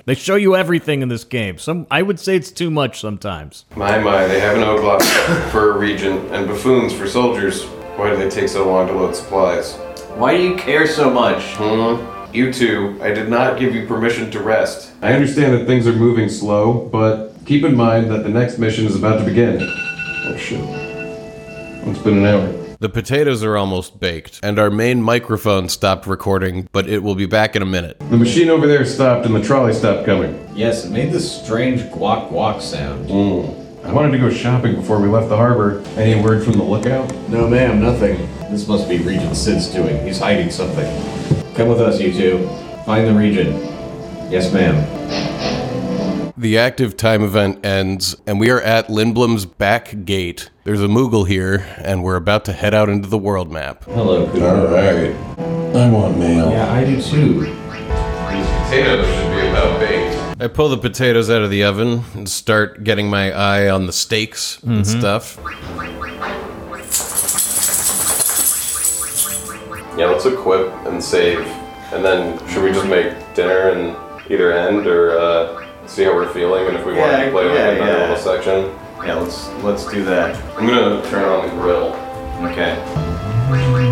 B: They show you everything in this game. Some I would say it's too much sometimes.
A: My, my, they have an Oglop for a regent and buffoons for soldiers. Why do they take so long to load supplies?
F: Why do you care so much?
A: You two, I did not give you permission to rest. I understand that things are moving slow, but keep in mind that the next mission is about to begin. Oh shit. It's been an hour.
G: The potatoes are almost baked, and our main microphone stopped recording, but it will be back in a minute.
A: The machine over there stopped and the trolley stopped coming.
J: Yes, it made this strange guac guac sound.
A: Hmm. I wanted to go shopping before we left the harbor. Any word from the lookout?
J: No, ma'am, nothing. This must be Regent Sid's doing. He's hiding something. Come with us, you two. Find the Regent. Yes, ma'am.
G: The active time event ends, and we are at Lindblom's back gate. There's a Moogle here, and we're about to head out into the world map.
J: Hello, Cooper.
A: Alright. I want mail.
J: Yeah, I do too.
A: Potatoes should be about baked.
G: I pull the potatoes out of the oven and start getting my eye on the steaks and stuff.
A: Yeah, let's equip and save. And then should we just make dinner and either end or uh, see how we're feeling and if we want
F: Yeah,
A: to play like
F: yeah,
A: another
F: yeah.
A: little section?
F: Yeah, let's let's do that.
A: I'm gonna turn on the grill.
F: Okay.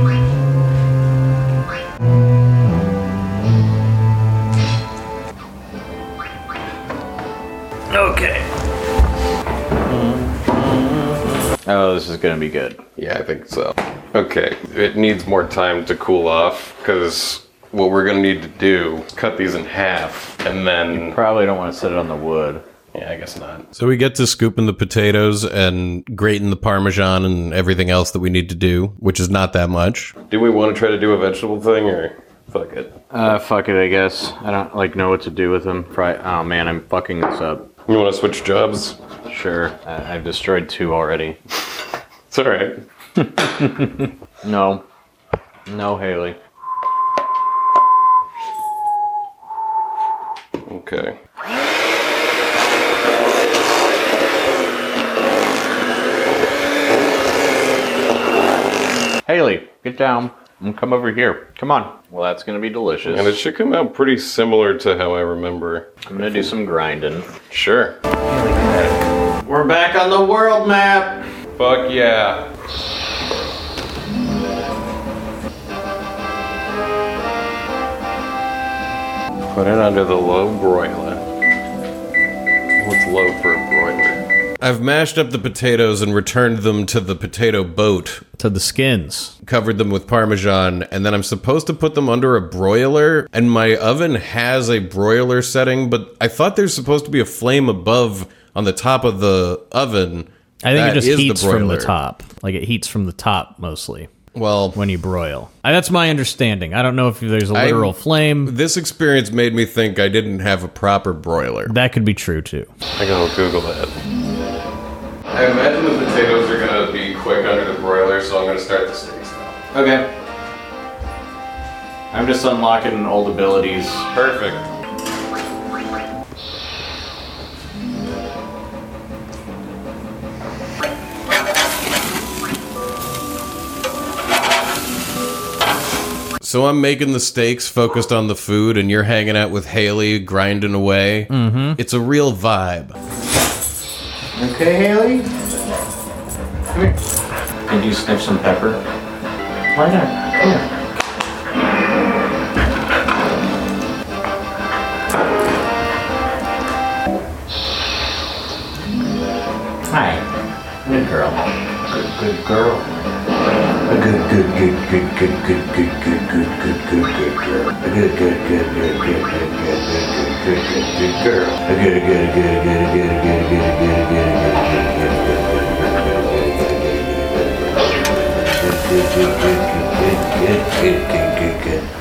C: Oh, this is gonna be good.
A: Yeah, I think so. Okay, it needs more time to cool off because what we're gonna need to do is cut these in half and then.
C: Probably don't want to set it on the wood.
A: Yeah, I guess not.
G: So we get to scooping the potatoes and grating the parmesan and everything else that we need to do, which is not that much.
A: Do we want to try to do a vegetable thing or fuck it?
C: Uh, fuck it, I guess. I don't like know what to do with them. Probably, oh man, I'm fucking this up.
A: You want to switch jobs?
C: Sure, I, I've destroyed two already.
A: It's all right.
C: No, no, Haley.
A: Okay.
C: Haley, get down and come over here. Come on. Well, that's gonna be delicious.
A: And it should come out pretty similar to how I remember.
C: I'm gonna do some grinding.
A: Sure.
F: We're back on the world map.
A: Fuck yeah. Put it under the low broiler. What's low for a broiler?
G: I've mashed up the potatoes and returned them to the potato boat,
B: To the skins.
G: covered them with parmesan, and then I'm supposed to put them under a broiler. And my oven has a broiler setting, but I thought there's supposed to be a flame above on the top of the oven.
B: I think
G: That
B: it
G: is
B: just
G: the
B: heats from the
G: broiler.
B: top. Like it heats from the top mostly
G: Well,
B: when you broil. Uh, That's my understanding. I don't know if there's a literal flame.
G: this experience made me think I didn't have a proper broiler.
B: That could be true too.
A: I gotta Google that. I imagine the potatoes are gonna be quick under the broiler, so I'm gonna start the steaks now.
F: Okay. I'm just unlocking old abilities.
A: Perfect.
G: So I'm making the steaks focused on the food, and you're hanging out with Haley, grinding away. Mm-hmm. It's a real vibe.
F: Okay, Haley. Come here. Can you sniff some pepper? Why not? Come here. Hi. Good girl. Good, good girl.
K: A good, good, good, good, good, good, good, good, good, good, good, good girl. A good, good, good, good, good, good, good, good, good, good, good, good girl. A good, good, good, good, good, good, good, good, good, good, good, good, good, good,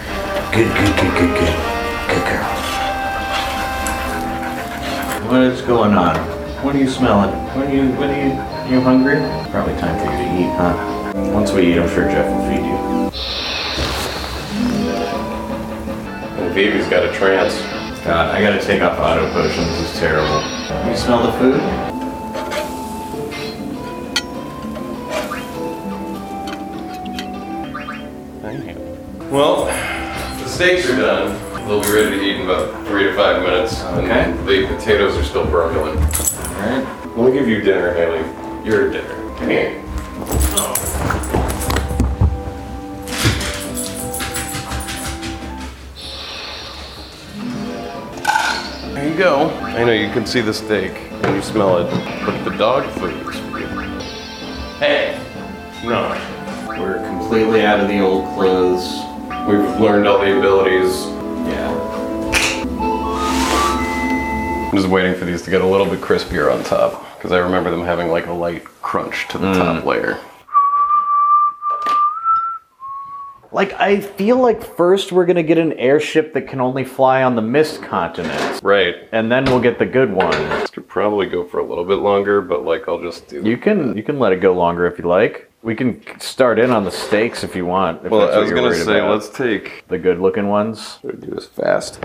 K: good, good, good girl.
F: What is going on? What are you smelling? What are you? What are you? Are you hungry? Probably time for you to eat, huh? Once we eat, I'm sure Jeff will feed you.
A: Vivi's got a trance.
C: God, I gotta take off auto potions. It's terrible. You smell the food?
A: Well, the steaks are done. They'll be ready to eat in about three to five minutes.
C: Okay.
A: And the potatoes are still broiling.
C: Alright.
A: We'll give you dinner, Haley. Your dinner. Come here. There you go. I know you can see the steak and you smell it, but the dog food is for you. Hey! No.
C: We're completely out of the old clothes.
A: We've learned all the abilities.
C: Yeah.
A: I'm just waiting for these to get a little bit crispier on top because I remember them having like a light crunch to the top layer.
B: Like, I feel like first we're gonna get an airship that can only fly on the mist continent,
A: Right.
B: and then we'll get the good one.
A: This could probably go for a little bit longer, but like I'll just do.
B: You can you can let it go longer if you like. We can start in on the stakes if you want. If
A: well,
B: that's
A: I
B: what
A: was
B: you're
A: gonna
B: worried
A: say
B: about.
A: let's take.
B: the good looking ones.
A: Gotta do this fast.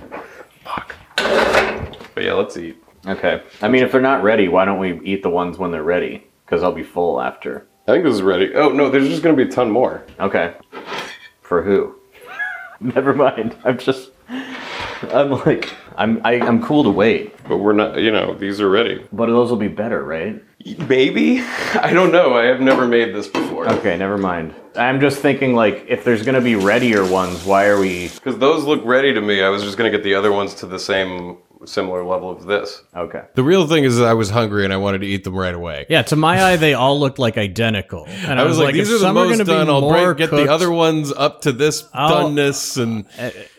A: Fuck. But yeah, let's eat.
B: Okay. I mean, if they're not ready, why don't we eat the ones when they're ready? Because I'll be full after.
A: I think this is ready. Oh no, there's just gonna be a ton more.
B: Okay. For who? Never mind. I'm just. I'm like I'm I, I'm cool to wait,
A: But we're not. You know, these are ready.
B: but those will be better, right?
A: Maybe. I don't know. I have never made this before.
B: Okay, never mind. I'm just thinking like if there's gonna be readier ones, why are we?
A: Because those look ready to me. I was just gonna get the other ones to the same similar level of this.
B: Okay.
G: The real thing is that I was hungry and I wanted to eat them right away.
L: Yeah, to my eye, they all looked like identical. And I,
G: I was like,
L: if
G: these are the
L: some
G: most
L: gonna be
G: done. I'll
L: more
G: break, get
L: cooked-
G: the other ones up to this
L: I'll-
G: doneness, and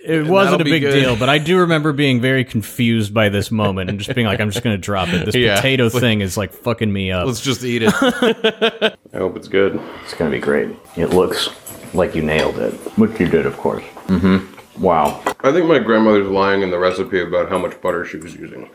L: It wasn't
G: that'll
L: a
G: be
L: big
G: good.
L: deal, but I do remember being very confused by this moment and just being like, I'm just going to drop it. This
G: Yeah.
L: potato thing is like fucking me up.
G: let's just eat it.
A: I hope it's good.
B: It's gonna be great. It looks like you nailed it, which you did, of course. Mm-hmm. Wow.
A: I think my grandmother's lying in the recipe about how much butter she was using.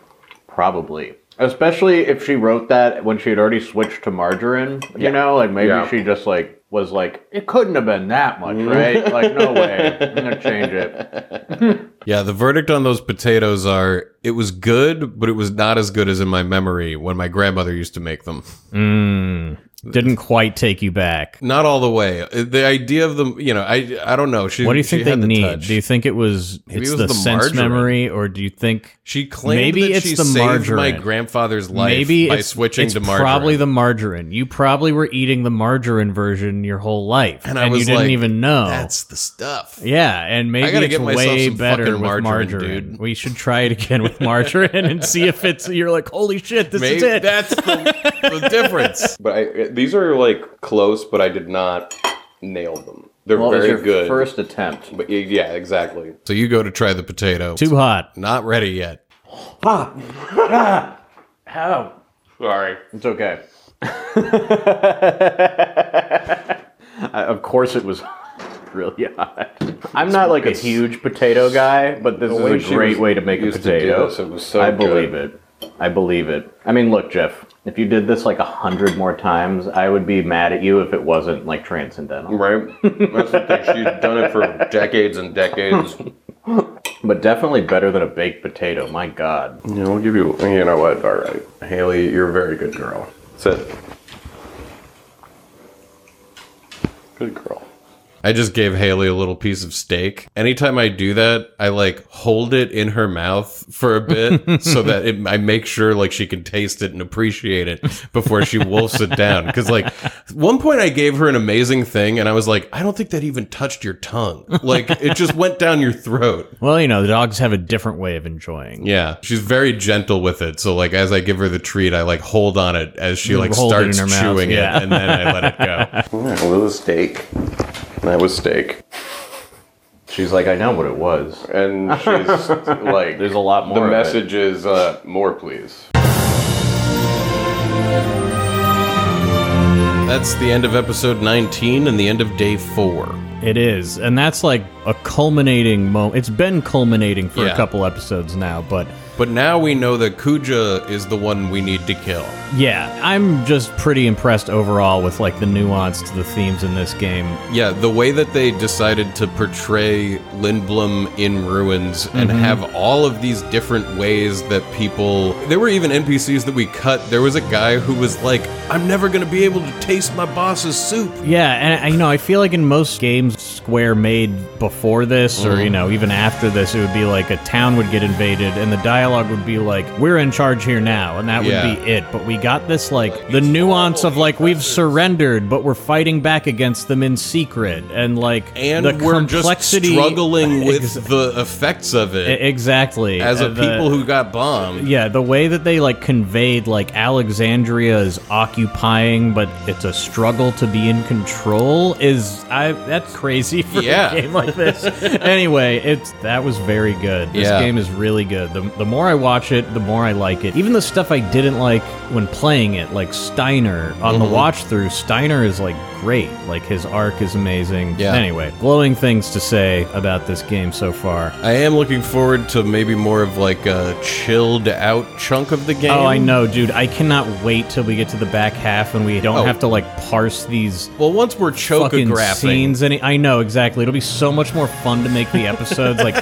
B: Probably. Especially if she wrote that when she had already switched to margarine, you know, like maybe
A: Yeah.
B: she just like was like, it couldn't have been that much,
G: Mm-hmm.
B: right? like, no way, I'm gonna change it.
G: Yeah, the verdict on those potatoes are it was good, but it was not as good as in my memory when my grandmother used to make them.
L: Didn't quite take you back.
G: Not all the way. Uh, The idea of them, you know, I I don't know. She,
L: What do you
G: she
L: think they
G: had the
L: need?
G: touch.
L: Do you think it was
G: Maybe
L: it's
G: it was
L: the,
G: the
L: sense
G: margarine.
L: memory, or do you think
G: she claimed
L: Maybe
G: that
L: it's
G: she
L: the
G: saved my
L: margarine.
G: grandfather's life
L: maybe
G: by
L: it's,
G: switching
L: it's
G: to margarine.
L: probably the margarine? You probably were eating the margarine version your whole life,
G: And I was
L: you didn't
G: like,
L: even know.
G: That's the stuff.
L: yeah, and maybe
G: I gotta
L: it's
G: get myself
L: way
G: some
L: better
G: fucking
L: with margarine.
G: margarine, dude.
L: We should try it again with margarine and see if it's. You're like, holy shit, this is
G: Maybe
L: it.
G: that's the, the difference.
A: But I, these are like close, but I did not nail them. They're
B: What was
A: very
B: your
A: good.
B: first attempt?
A: But y- yeah, exactly.
G: So you go to try the potato.
L: Too hot.
G: Not ready yet.
B: How?
A: Sorry.
B: It's okay. I- of course, it was really hot. I'm not like a huge potato guy, but this
A: way
B: is a
A: she
B: great
A: was-
B: way to make a
A: used to do
B: potato.
A: this, it was so
B: I
A: good.
B: believe it. I believe it. I mean, look, Jeff. If you did this like a hundred more times, I would be mad at you if it wasn't like transcendental.
A: Right? That's the thing. She'd done it for decades and decades.
B: But definitely better than a baked potato. My God.
A: Yeah, we'll give you. You know what? All right, Haley, you're a very good girl. That's it. Good girl.
G: I just gave Haley a little piece of steak. Anytime I do that, I like hold it in her mouth for a bit so that it, I make sure like she can taste it and appreciate it before she wolfs it down. Cause like one point I gave her an amazing thing and I was like, I don't think that even touched your tongue. Like it just went down your throat.
L: Well, you know, the dogs have a different way of enjoying.
G: Yeah. She's very gentle with it. So like as I give her the treat, I like hold on it as she like
L: Hold it in
G: starts
L: her mouth,
G: chewing
L: yeah.
G: it and then I let it go.
A: Yeah, a little steak. That was steak.
B: She's like, I know what it was.
A: And she's like,
B: There's a lot more.
A: The
B: of it.
A: message is uh, more, please.
G: That's the end of episode 19 and the end of day four.
B: It is. And that's like a culminating moment. It's been culminating for
G: Yeah.
B: a couple episodes now, but
G: But now we know that Kuja is the one we need to kill.
B: yeah, I'm just pretty impressed overall with like the nuance to the themes in this game.
G: Yeah, the way that they decided to portray Lindblom in ruins and
B: Mm-hmm.
G: have all of these different ways that people. There were even NPCs that we cut. There was a guy who was like, I'm never going to be able to taste my boss's soup.
B: Yeah, and I- you know, I feel like in most games Square made before this,
G: Mm-hmm.
B: or you know, even after this, it would be like a town would get invaded, and the dialogue would be like, "We're in charge here now," and that would
G: Yeah.
B: be it. But we got this like the nuance of like we've surrendered, but we're fighting back against them in secret, and like
G: And
B: the
G: we're just
B: complexity
G: struggling with
B: Ex-
G: the effects of
B: e-
G: it
B: exactly
G: as a
B: Uh, the-
G: people who got bombed.
B: yeah, the way that they like conveyed like Alexandria is occupying, but it's a struggle to be in control is I that's crazy for
G: Yeah.
B: a game like this. anyway, it's that was very good. This
G: Yeah.
B: game is really good. The, the more I watch it, the more I like it. Even the stuff I didn't like when playing it, like Steiner on the
G: Mm-hmm.
B: watch through, Steiner is like great. Like his arc is amazing.
G: Yeah.
B: Anyway, glowing things to say about this game so far.
G: I am looking forward to maybe more of like a chilled out chunk of the game.
B: Oh, I know, dude. I cannot wait till we get to the back half and we don't
G: Oh.
B: have to like parse these
G: Well, once we're
B: fucking
G: chocographing,
B: scenes. Any, I know exactly. It'll be so much more fun to make the episodes like,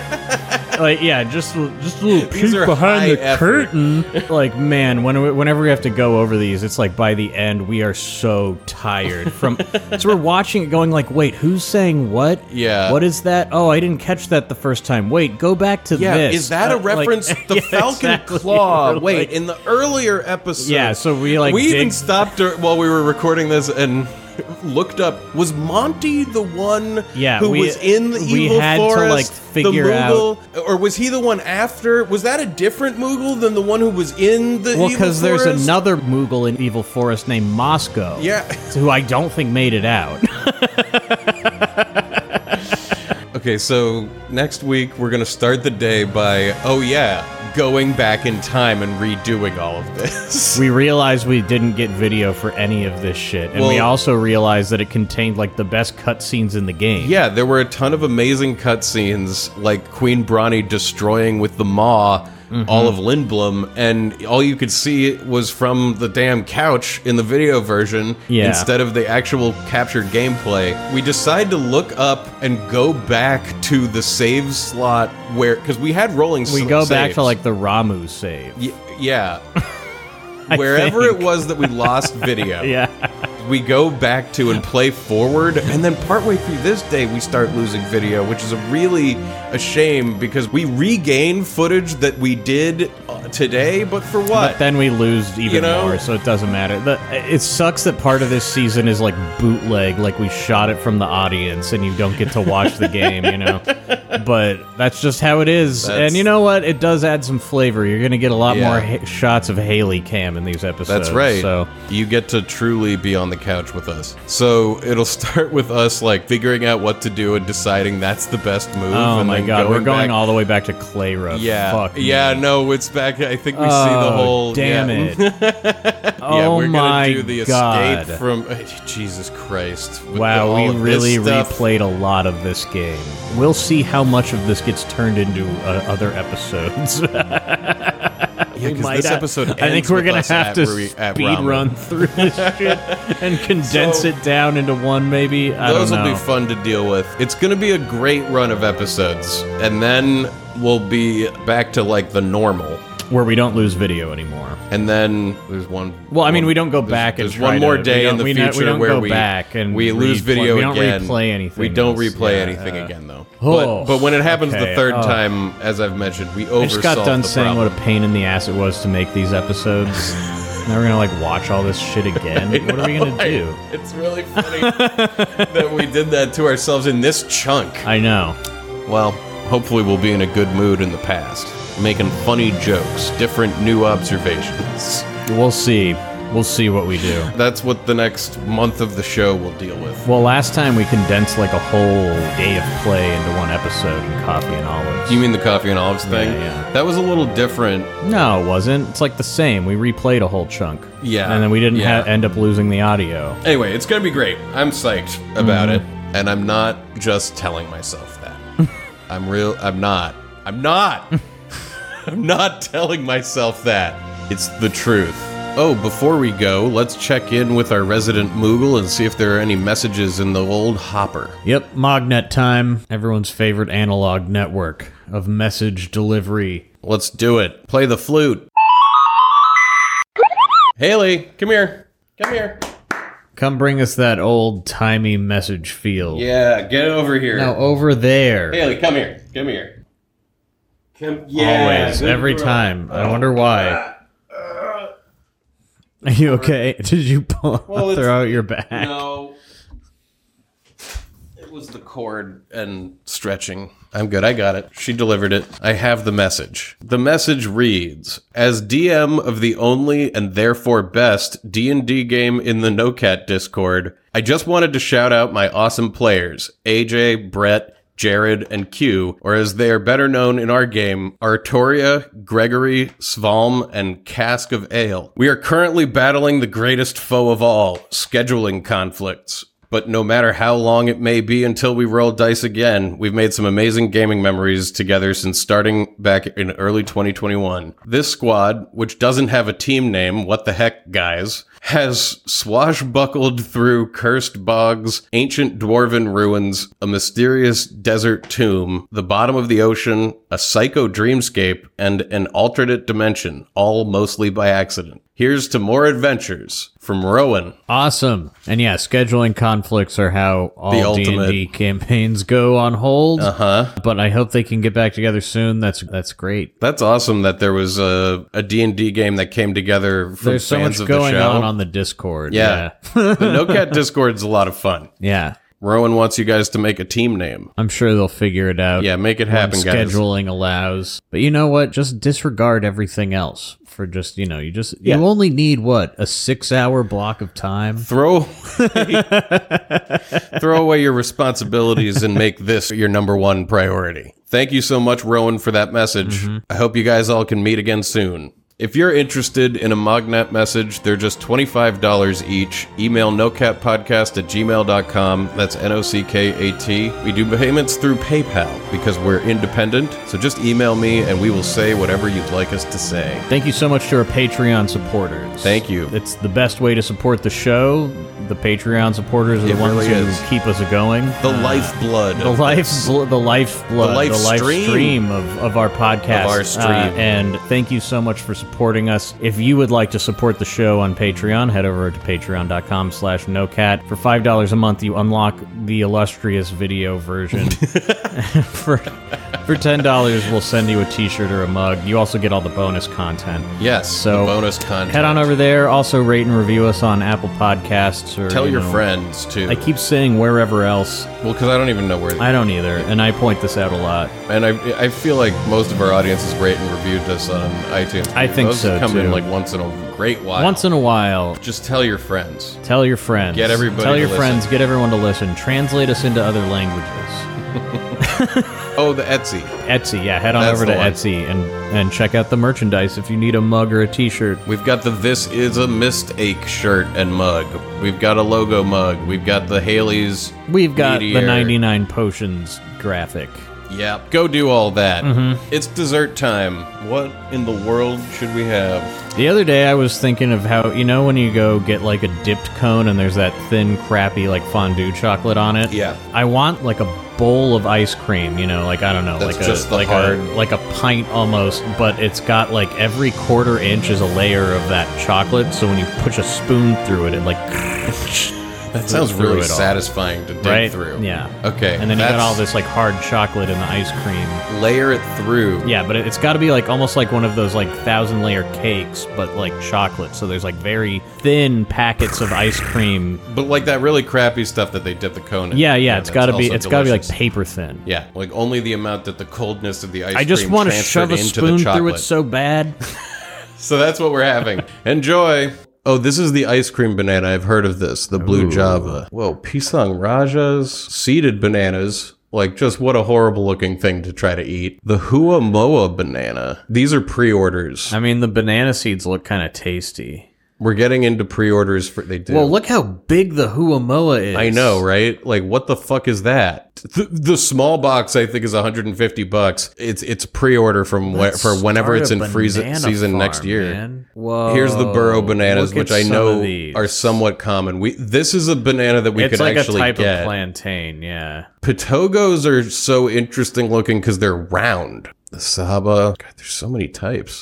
B: like yeah, just just a little peek
G: These are
B: behind the
G: high effort.
B: curtain. Like, man, when we- whenever we have to go over these, it's like by the end we are so tired from. so we're watching it, going like, wait, who's saying what?
G: Yeah.
B: What is that? Oh, I didn't catch that the first time. Wait, go back to
G: Yeah,
B: this.
G: is that
B: Uh,
G: a
B: like-
G: reference? the
B: Yeah,
G: Falcon
B: exactly.
G: Claw.
B: We're
G: Wait,
B: like-
G: in the earlier episode.
B: Yeah, so we, like,
G: we even
B: dig-
G: stopped dur- while we were recording this and looked up. Was Monty the one?
B: Yeah,
G: who
B: we-
G: was in the
B: we
G: evil
B: had to, like,
G: forest?
B: figure
G: the
B: out-
G: Moogle, or was he the one after? Was that a different Moogle than the one who was in the
B: Well,
G: evil
B: because there's
G: forest?
B: another Moogle in Evil Forest named Moscow.
G: Yeah.
B: Who I don't think made it out.
G: Okay, so next week we're gonna start the day by oh yeah, going back in time and redoing all of this.
B: we realized we didn't get video for any of this shit. And we
G: Well-
B: also realized that it contained, like, the best cutscenes in the game.
G: Yeah, there were a ton of amazing cutscenes, like Queen Bronny destroying with the maw
B: Mm-hmm.
G: all of Lindblom, and all you could see was from the damn couch in the video version
B: Yeah.
G: instead of the actual captured gameplay. We decide to look up and go back to the save slot where because we had rolling.
B: We
G: s-
B: go back to,
G: saves.
B: like, the Ramu save.
G: Y- yeah. Wherever it was that we lost video,
B: Yeah.
G: we go back to and play forward, and then partway through this day, we start losing video, which is a really a shame because we regain footage that we did uh, today, but for what?
B: But then we lose even
G: You know?
B: more, so it doesn't matter. The, it sucks that part of this season is like bootleg, like we shot it from the audience and you don't get to watch the game, you know? But that's just how it is.
G: That's-
B: and you know what? It does add some flavor. You're going to get a lot
G: Yeah.
B: more ha- shots of Haley Cam in these episodes.
G: That's right.
B: So.
G: You get to truly be on the couch with us. So it'll start with us like figuring out what to do and deciding that's the best move.
B: Oh
G: and
B: my
G: then
B: god, we're going
G: back-
B: all the way back to Clay Road.
G: Yeah,
B: Fuck
G: yeah.
B: me.
G: No, it's back. I think we see the
B: Oh,
G: whole.
B: Damn
G: yeah. Mm,
B: it. oh
G: Yeah, we're
B: my
G: gonna do the
B: god.
G: escape from Jesus Christ. with all
B: Wow, we
G: of this
B: really
G: stuff.
B: replayed a lot of this game. We'll see how much of this gets turned into uh, other episodes.
G: Yeah, 'cause
B: Might
G: this
B: I-
G: episode.
B: I think
G: ends
B: we're
G: with
B: gonna
G: us
B: have
G: at
B: to
G: Ru- at
B: speed
G: Ramu.
B: run through this shit and condense
G: So-
B: it down into one. Maybe I
G: Those
B: don't
G: will
B: know.
G: be fun to deal with. It's going to be a great run of episodes, and then we'll be back to like the normal.
B: Where we don't lose video anymore.
G: And then there's one.
B: Well, I mean,
G: one-
B: we don't go
G: there's-
B: back and
G: There's
B: try
G: one more
B: to- we
G: day in
B: don't-
G: the
B: we
G: future
B: not- we don't
G: where
B: go
G: we
B: back and
G: we lose
B: replay-
G: video
B: we don't
G: again.
B: replay anything
G: We don't
B: else.
G: replay
B: Yeah,
G: anything
B: uh,
G: again, though.
B: oh,
G: but, but when it happens the
B: okay,
G: third
B: oh.
G: time, as I've mentioned, we oversolve
B: I just got done
G: the
B: saying
G: problem.
B: what a pain in the ass it was to make these episodes. now we're gonna like watch all this shit again. what are we gonna do?
G: It's really funny that we did that to ourselves in this chunk.
B: I know.
G: Well, hopefully we'll be in a good mood in the past, making funny jokes, different new observations.
B: We'll see. We'll see what we do.
G: That's what the next month of the show will deal with.
B: Well, last time we condensed like a whole day of play into one episode and coffee and olives.
G: You mean the coffee and olives thing?
B: yeah.
G: That was a little different.
B: No, it wasn't. It's like the same. We replayed a whole chunk.
G: Yeah,
B: And then we didn't
G: yeah.
B: ha- end up losing the audio. Mm.
G: Anyway, it's gonna be great. I'm psyched about it. and I'm not just telling myself that. I'm real. I'm not. I'm not. I'm not telling myself that. It's the truth. Oh, before we go, let's check in with our resident Moogle and see if there are any messages in the old hopper.
B: Yep, Magnet time. Everyone's favorite analog network of message delivery.
G: Let's do it. Play the flute. Haley, come here. Come here.
B: Come bring us that old timey message feel.
G: Yeah, get over here.
B: Now over there.
G: Haley, come here. Come here. Come,
B: Always, every time. I wonder why.
G: Uh,
B: Are you okay? Did you pull
G: Well, it's-
B: throw out your back?
G: No. It was the cord and stretching. I'm good. I got it. She delivered it. I have the message. The message reads: As DM of the only and therefore best D&D game in the NoCat Discord, I just wanted to shout out my awesome players, AJ, Brett, Jared, and Q, or as they are better known in our game, Artoria, Gregory, Svalm, and Cask of Ale. We are currently battling the greatest foe of all scheduling conflicts. But no matter how long it may be until we roll dice again, we've made some amazing gaming memories together since starting back in early 2021. This squad, which doesn't have a team name, what the heck, guys, has swashbuckled through cursed bogs, ancient dwarven ruins, a mysterious desert tomb, the bottom of the ocean, a psycho dreamscape, and an alternate dimension, all mostly by accident. Here's to more adventures from Rowan.
B: Awesome. And yeah, scheduling conflicts are how all
G: ultimate.
B: D&D campaigns go on hold.
G: Uh huh.
B: But I hope they can get back together soon. That's that's great.
G: That's awesome that there was a, a D&D game that came together from
B: There's so
G: fans
B: much
G: of
B: going
G: the show.
B: on on the Discord. Yeah.
G: Yeah. the NoCat Discord's a lot of fun.
B: Yeah.
G: Rowan wants you guys to make a team name.
B: I'm sure they'll figure it out.
G: Yeah, make it
B: when
G: happen, guys.
B: scheduling allows. But you know what? Just disregard everything else for just, you know, you just
G: Yeah.
B: you only need what? A 6-hour block of time?
G: Throw throw away your responsibilities and make this your number one priority. Thank you so much, Rowan, for that message. I hope you guys all can meet again soon. If you're interested in a Magnet message, they're just $25 each. Email nocatpodcast at gmail.com. That's N O C K A T. We do payments through PayPal because we're independent. So just email me and we will say whatever you'd like us to say.
B: Thank you so much to our Patreon supporters.
G: Thank you.
B: It's the best way to support the show. The Patreon supporters are
G: It
B: the ones
G: really
B: who
G: is.
B: keep us going.
G: The lifeblood.
B: the
G: of
B: life,
G: this.
B: bl- the life blood,
G: The life
B: stream,
G: stream.
B: of, of our podcast, Uh,
G: Of our stream.
B: and thank you so much for supporting us. If you would like to support the show on Patreon, head over to patreon.com/slash nocat. For five dollars a month, you unlock the illustrious video version. for for ten dollars, we'll send you a T-shirt or a mug. You also get all the bonus content.
G: Yes.
B: So,
G: the bonus content.
B: Head on over there. Also, rate and review us on Apple Podcasts or
G: Tell
B: you
G: your
B: know,
G: friends too.
B: I keep saying wherever else.
G: well, because I don't even know where.
B: I don't either, and I point this out a lot.
G: and I, I feel like most of our audience has rated and reviewed us on iTunes.
B: I think
G: Those
B: so,
G: come in
B: too.
G: like once in a great while.
B: Once in a while,
G: just tell your friends.
B: tell your friends.
G: Get everybody
B: Tell
G: to
B: your
G: listen.
B: friends. Get everyone to listen. Translate us into other languages.
G: Oh, the Etsy.
B: Etsy, yeah. Head on
G: That's
B: over to
G: the one.
B: Etsy and and check out the merchandise if you need a mug or a T-shirt.
G: We've got the "This Is a Mistake" shirt and mug. We've got a logo mug. We've got the Haley's.
B: We've got the
G: Meteor.
B: 99 potions graphic.
G: Yep. Mm-hmm. Go do all that. It's dessert time. What in the world should we have?
B: The other day, I was thinking of how you know when you go get like a dipped cone and there's that thin, crappy like fondue chocolate on it.
G: Yeah.
B: I want like a bowl of ice cream, you know, like I don't know,
G: That's
B: like
G: just
B: a
G: the
B: like
G: hard-
B: a like a pint almost, but it's got like every quarter inch is a layer of that chocolate. So when you push a spoon through it, it like
G: That sounds
B: through
G: really
B: it all.
G: satisfying to dig
B: right
G: through.
B: Yeah.
G: Okay.
B: And then you got
G: that's-
B: all this like hard chocolate in the ice cream.
G: Layer it through.
B: Yeah, but it- it's got to be like almost like one of those like thousand layer cakes, but like chocolate. So there's like very thin packets of ice cream.
G: But like that really crappy stuff that they dip the cone in.
B: Yeah, yeah. It's
G: that's
B: got to be.
G: also
B: It's got to be like
G: delicious.
B: paper thin.
G: Yeah, like only the amount that the coldness of the ice
B: I just
G: cream
B: want to
G: transferred
B: shove a
G: into
B: spoon
G: the
B: through it
G: chocolate.
B: so bad.
G: So that's what we're having. Enjoy. Oh, this is the ice cream banana. I've heard of this. The blue java. Whoa, pisang rajas, seeded bananas. Like, just what a horrible looking thing to try to eat. The Huamoa banana. These are pre orders.
B: I mean, the banana seeds look kind of tasty.
G: We're getting into pre-orders for they did.
B: Well, look how big the Huamoa is.
G: I know, right? Like, what the fuck is that? The, the small box, I think, is 150 bucks. It's it's pre-order from where,
B: Let's
G: for whenever
B: start
G: it's
B: a
G: in freeze
B: banana
G: season
B: farm,
G: next year.
B: man. Whoa!
G: Here's the burro bananas,
B: Look at
G: which I
B: some
G: know
B: of these.
G: are somewhat common. We this is a banana that we
B: it's
G: could
B: like
G: actually
B: a type
G: get.
B: of plantain. Yeah.
G: Patogos are so interesting looking because they're round. The Saba, God, there's so many types.